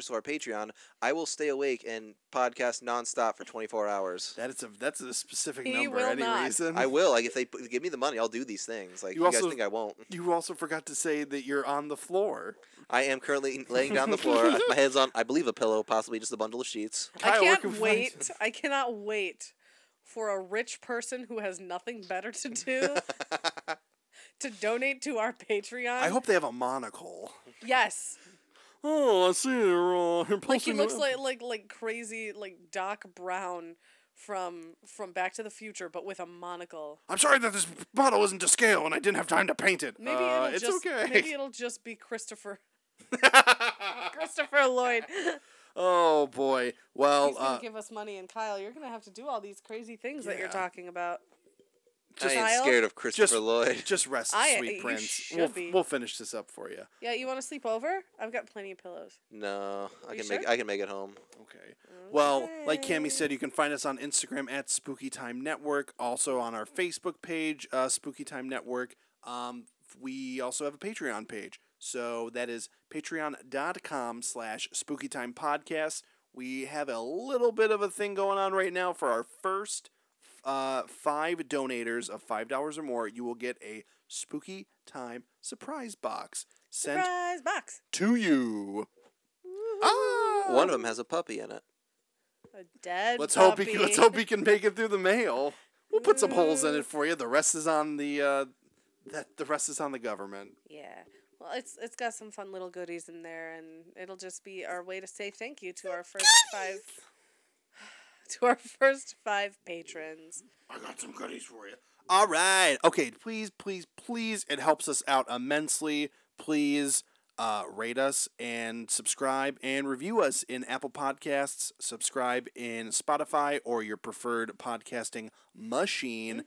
to our Patreon, I will stay awake and podcast nonstop for 24 hours.
That is a that's a specific
He number, will any not. reason?
I will. Like if they p- give me the money, I'll do these things. Like
You
you,
also-
guys think I won't.
You also forgot to say that you're on the floor.
I am currently laying down on the
[LAUGHS]
floor. My head's on I believe a pillow, possibly just a bundle of sheets.
I can't wait. I cannot wait for a rich person who has nothing better to do
[LAUGHS]
to donate to our Patreon.
I hope they have a monocle.
Yes.
Oh, I see. They're, uh, they're
Like he
posting
looks like like like crazy like Doc Brown from from Back to the Future, but with a monocle.
I'm sorry that this bottle isn't to scale and I didn't have time to paint it.
Maybe
Uh,
it'll
it's
just
okay.
maybe it'll just be Christopher [LAUGHS]
[LAUGHS]
Christopher Lloyd.
Oh boy. Well,
He's gonna
uh,
give us money, and Kyle, you're gonna have to do all these crazy things that you're
Yeah.
talking about.
I am
Kyle?
scared of Christopher
just,
Lloyd.
Just rest,
I-
sweet
you
prince.
should
We'll,
be.
we'll finish this up for you.
Yeah, you want to sleep over? I've got plenty of pillows.
No, I
You
can make
sure?
I can make it home.
Okay. Well, like Cammy said, you can find us on Instagram at Spooky Time Network, also on our Facebook page, uh, Spooky Time Network. Um, we also have a Patreon page. So that is patreon.com slash spooky time podcast. We have a little bit of a thing going on right now for our first uh, five donators of $5 or more. You will get a spooky time surprise box sent
Surprise box.
to you. Ah!
Oh,
One of them has a puppy in it.
A dead.
Let's hope he
puppy.
can, let's hope he can make it through the mail. We'll put some holes in it for you. The rest is on the uh, that the rest is on the government.
Yeah. Well, it's it's got some fun little goodies in there, and it'll just be our way to say thank you to our first five [SIGHS] to our first five patrons.
I got some goodies for you. All right. Okay. Please, please, please. It helps us out immensely. Please uh, rate us and subscribe and review us in Apple Podcasts. Subscribe in Spotify or your preferred podcasting machine.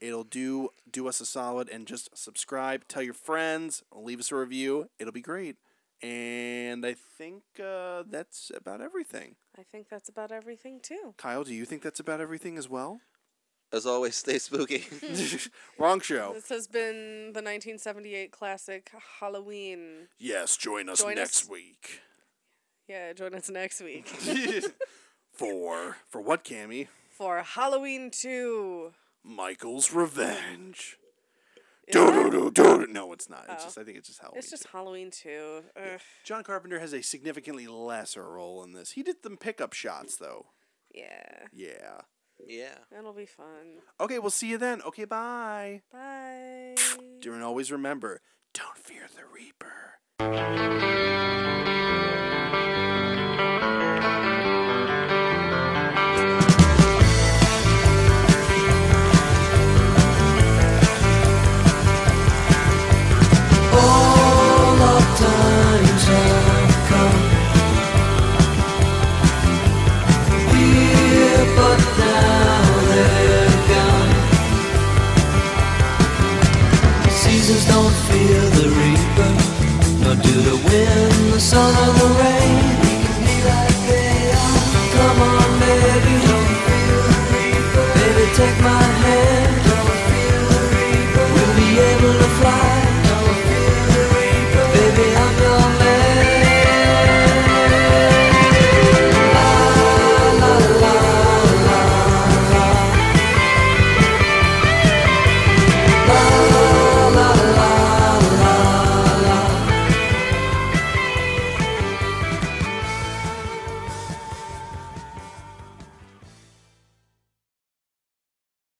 It'll do do us a solid and just subscribe. Tell your friends. Leave us a review. It'll be great. And I think uh, that's about everything.
I think that's about everything too.
Kyle, do you think that's about everything as well?
As always, stay
[LAUGHS]
spooky.
Wrong show.
This has been the 1978 classic Halloween.
Yes, join us
Join
next
us-
week [LAUGHS]
Yeah, join us next week
for for what, Cammy?
for Halloween 2.
Michael's revenge. Do do do do. No, it's not. It's
Oh.
just I think it's just Halloween.
It's just Halloween 2. Ugh.
John Carpenter has a significantly lesser role in this. He did them pickup shots though.
Yeah.
Yeah.
Yeah.
That'll be fun.
Okay, we'll see you then. Okay, bye.
Bye.
Do and always remember, don't fear the reaper.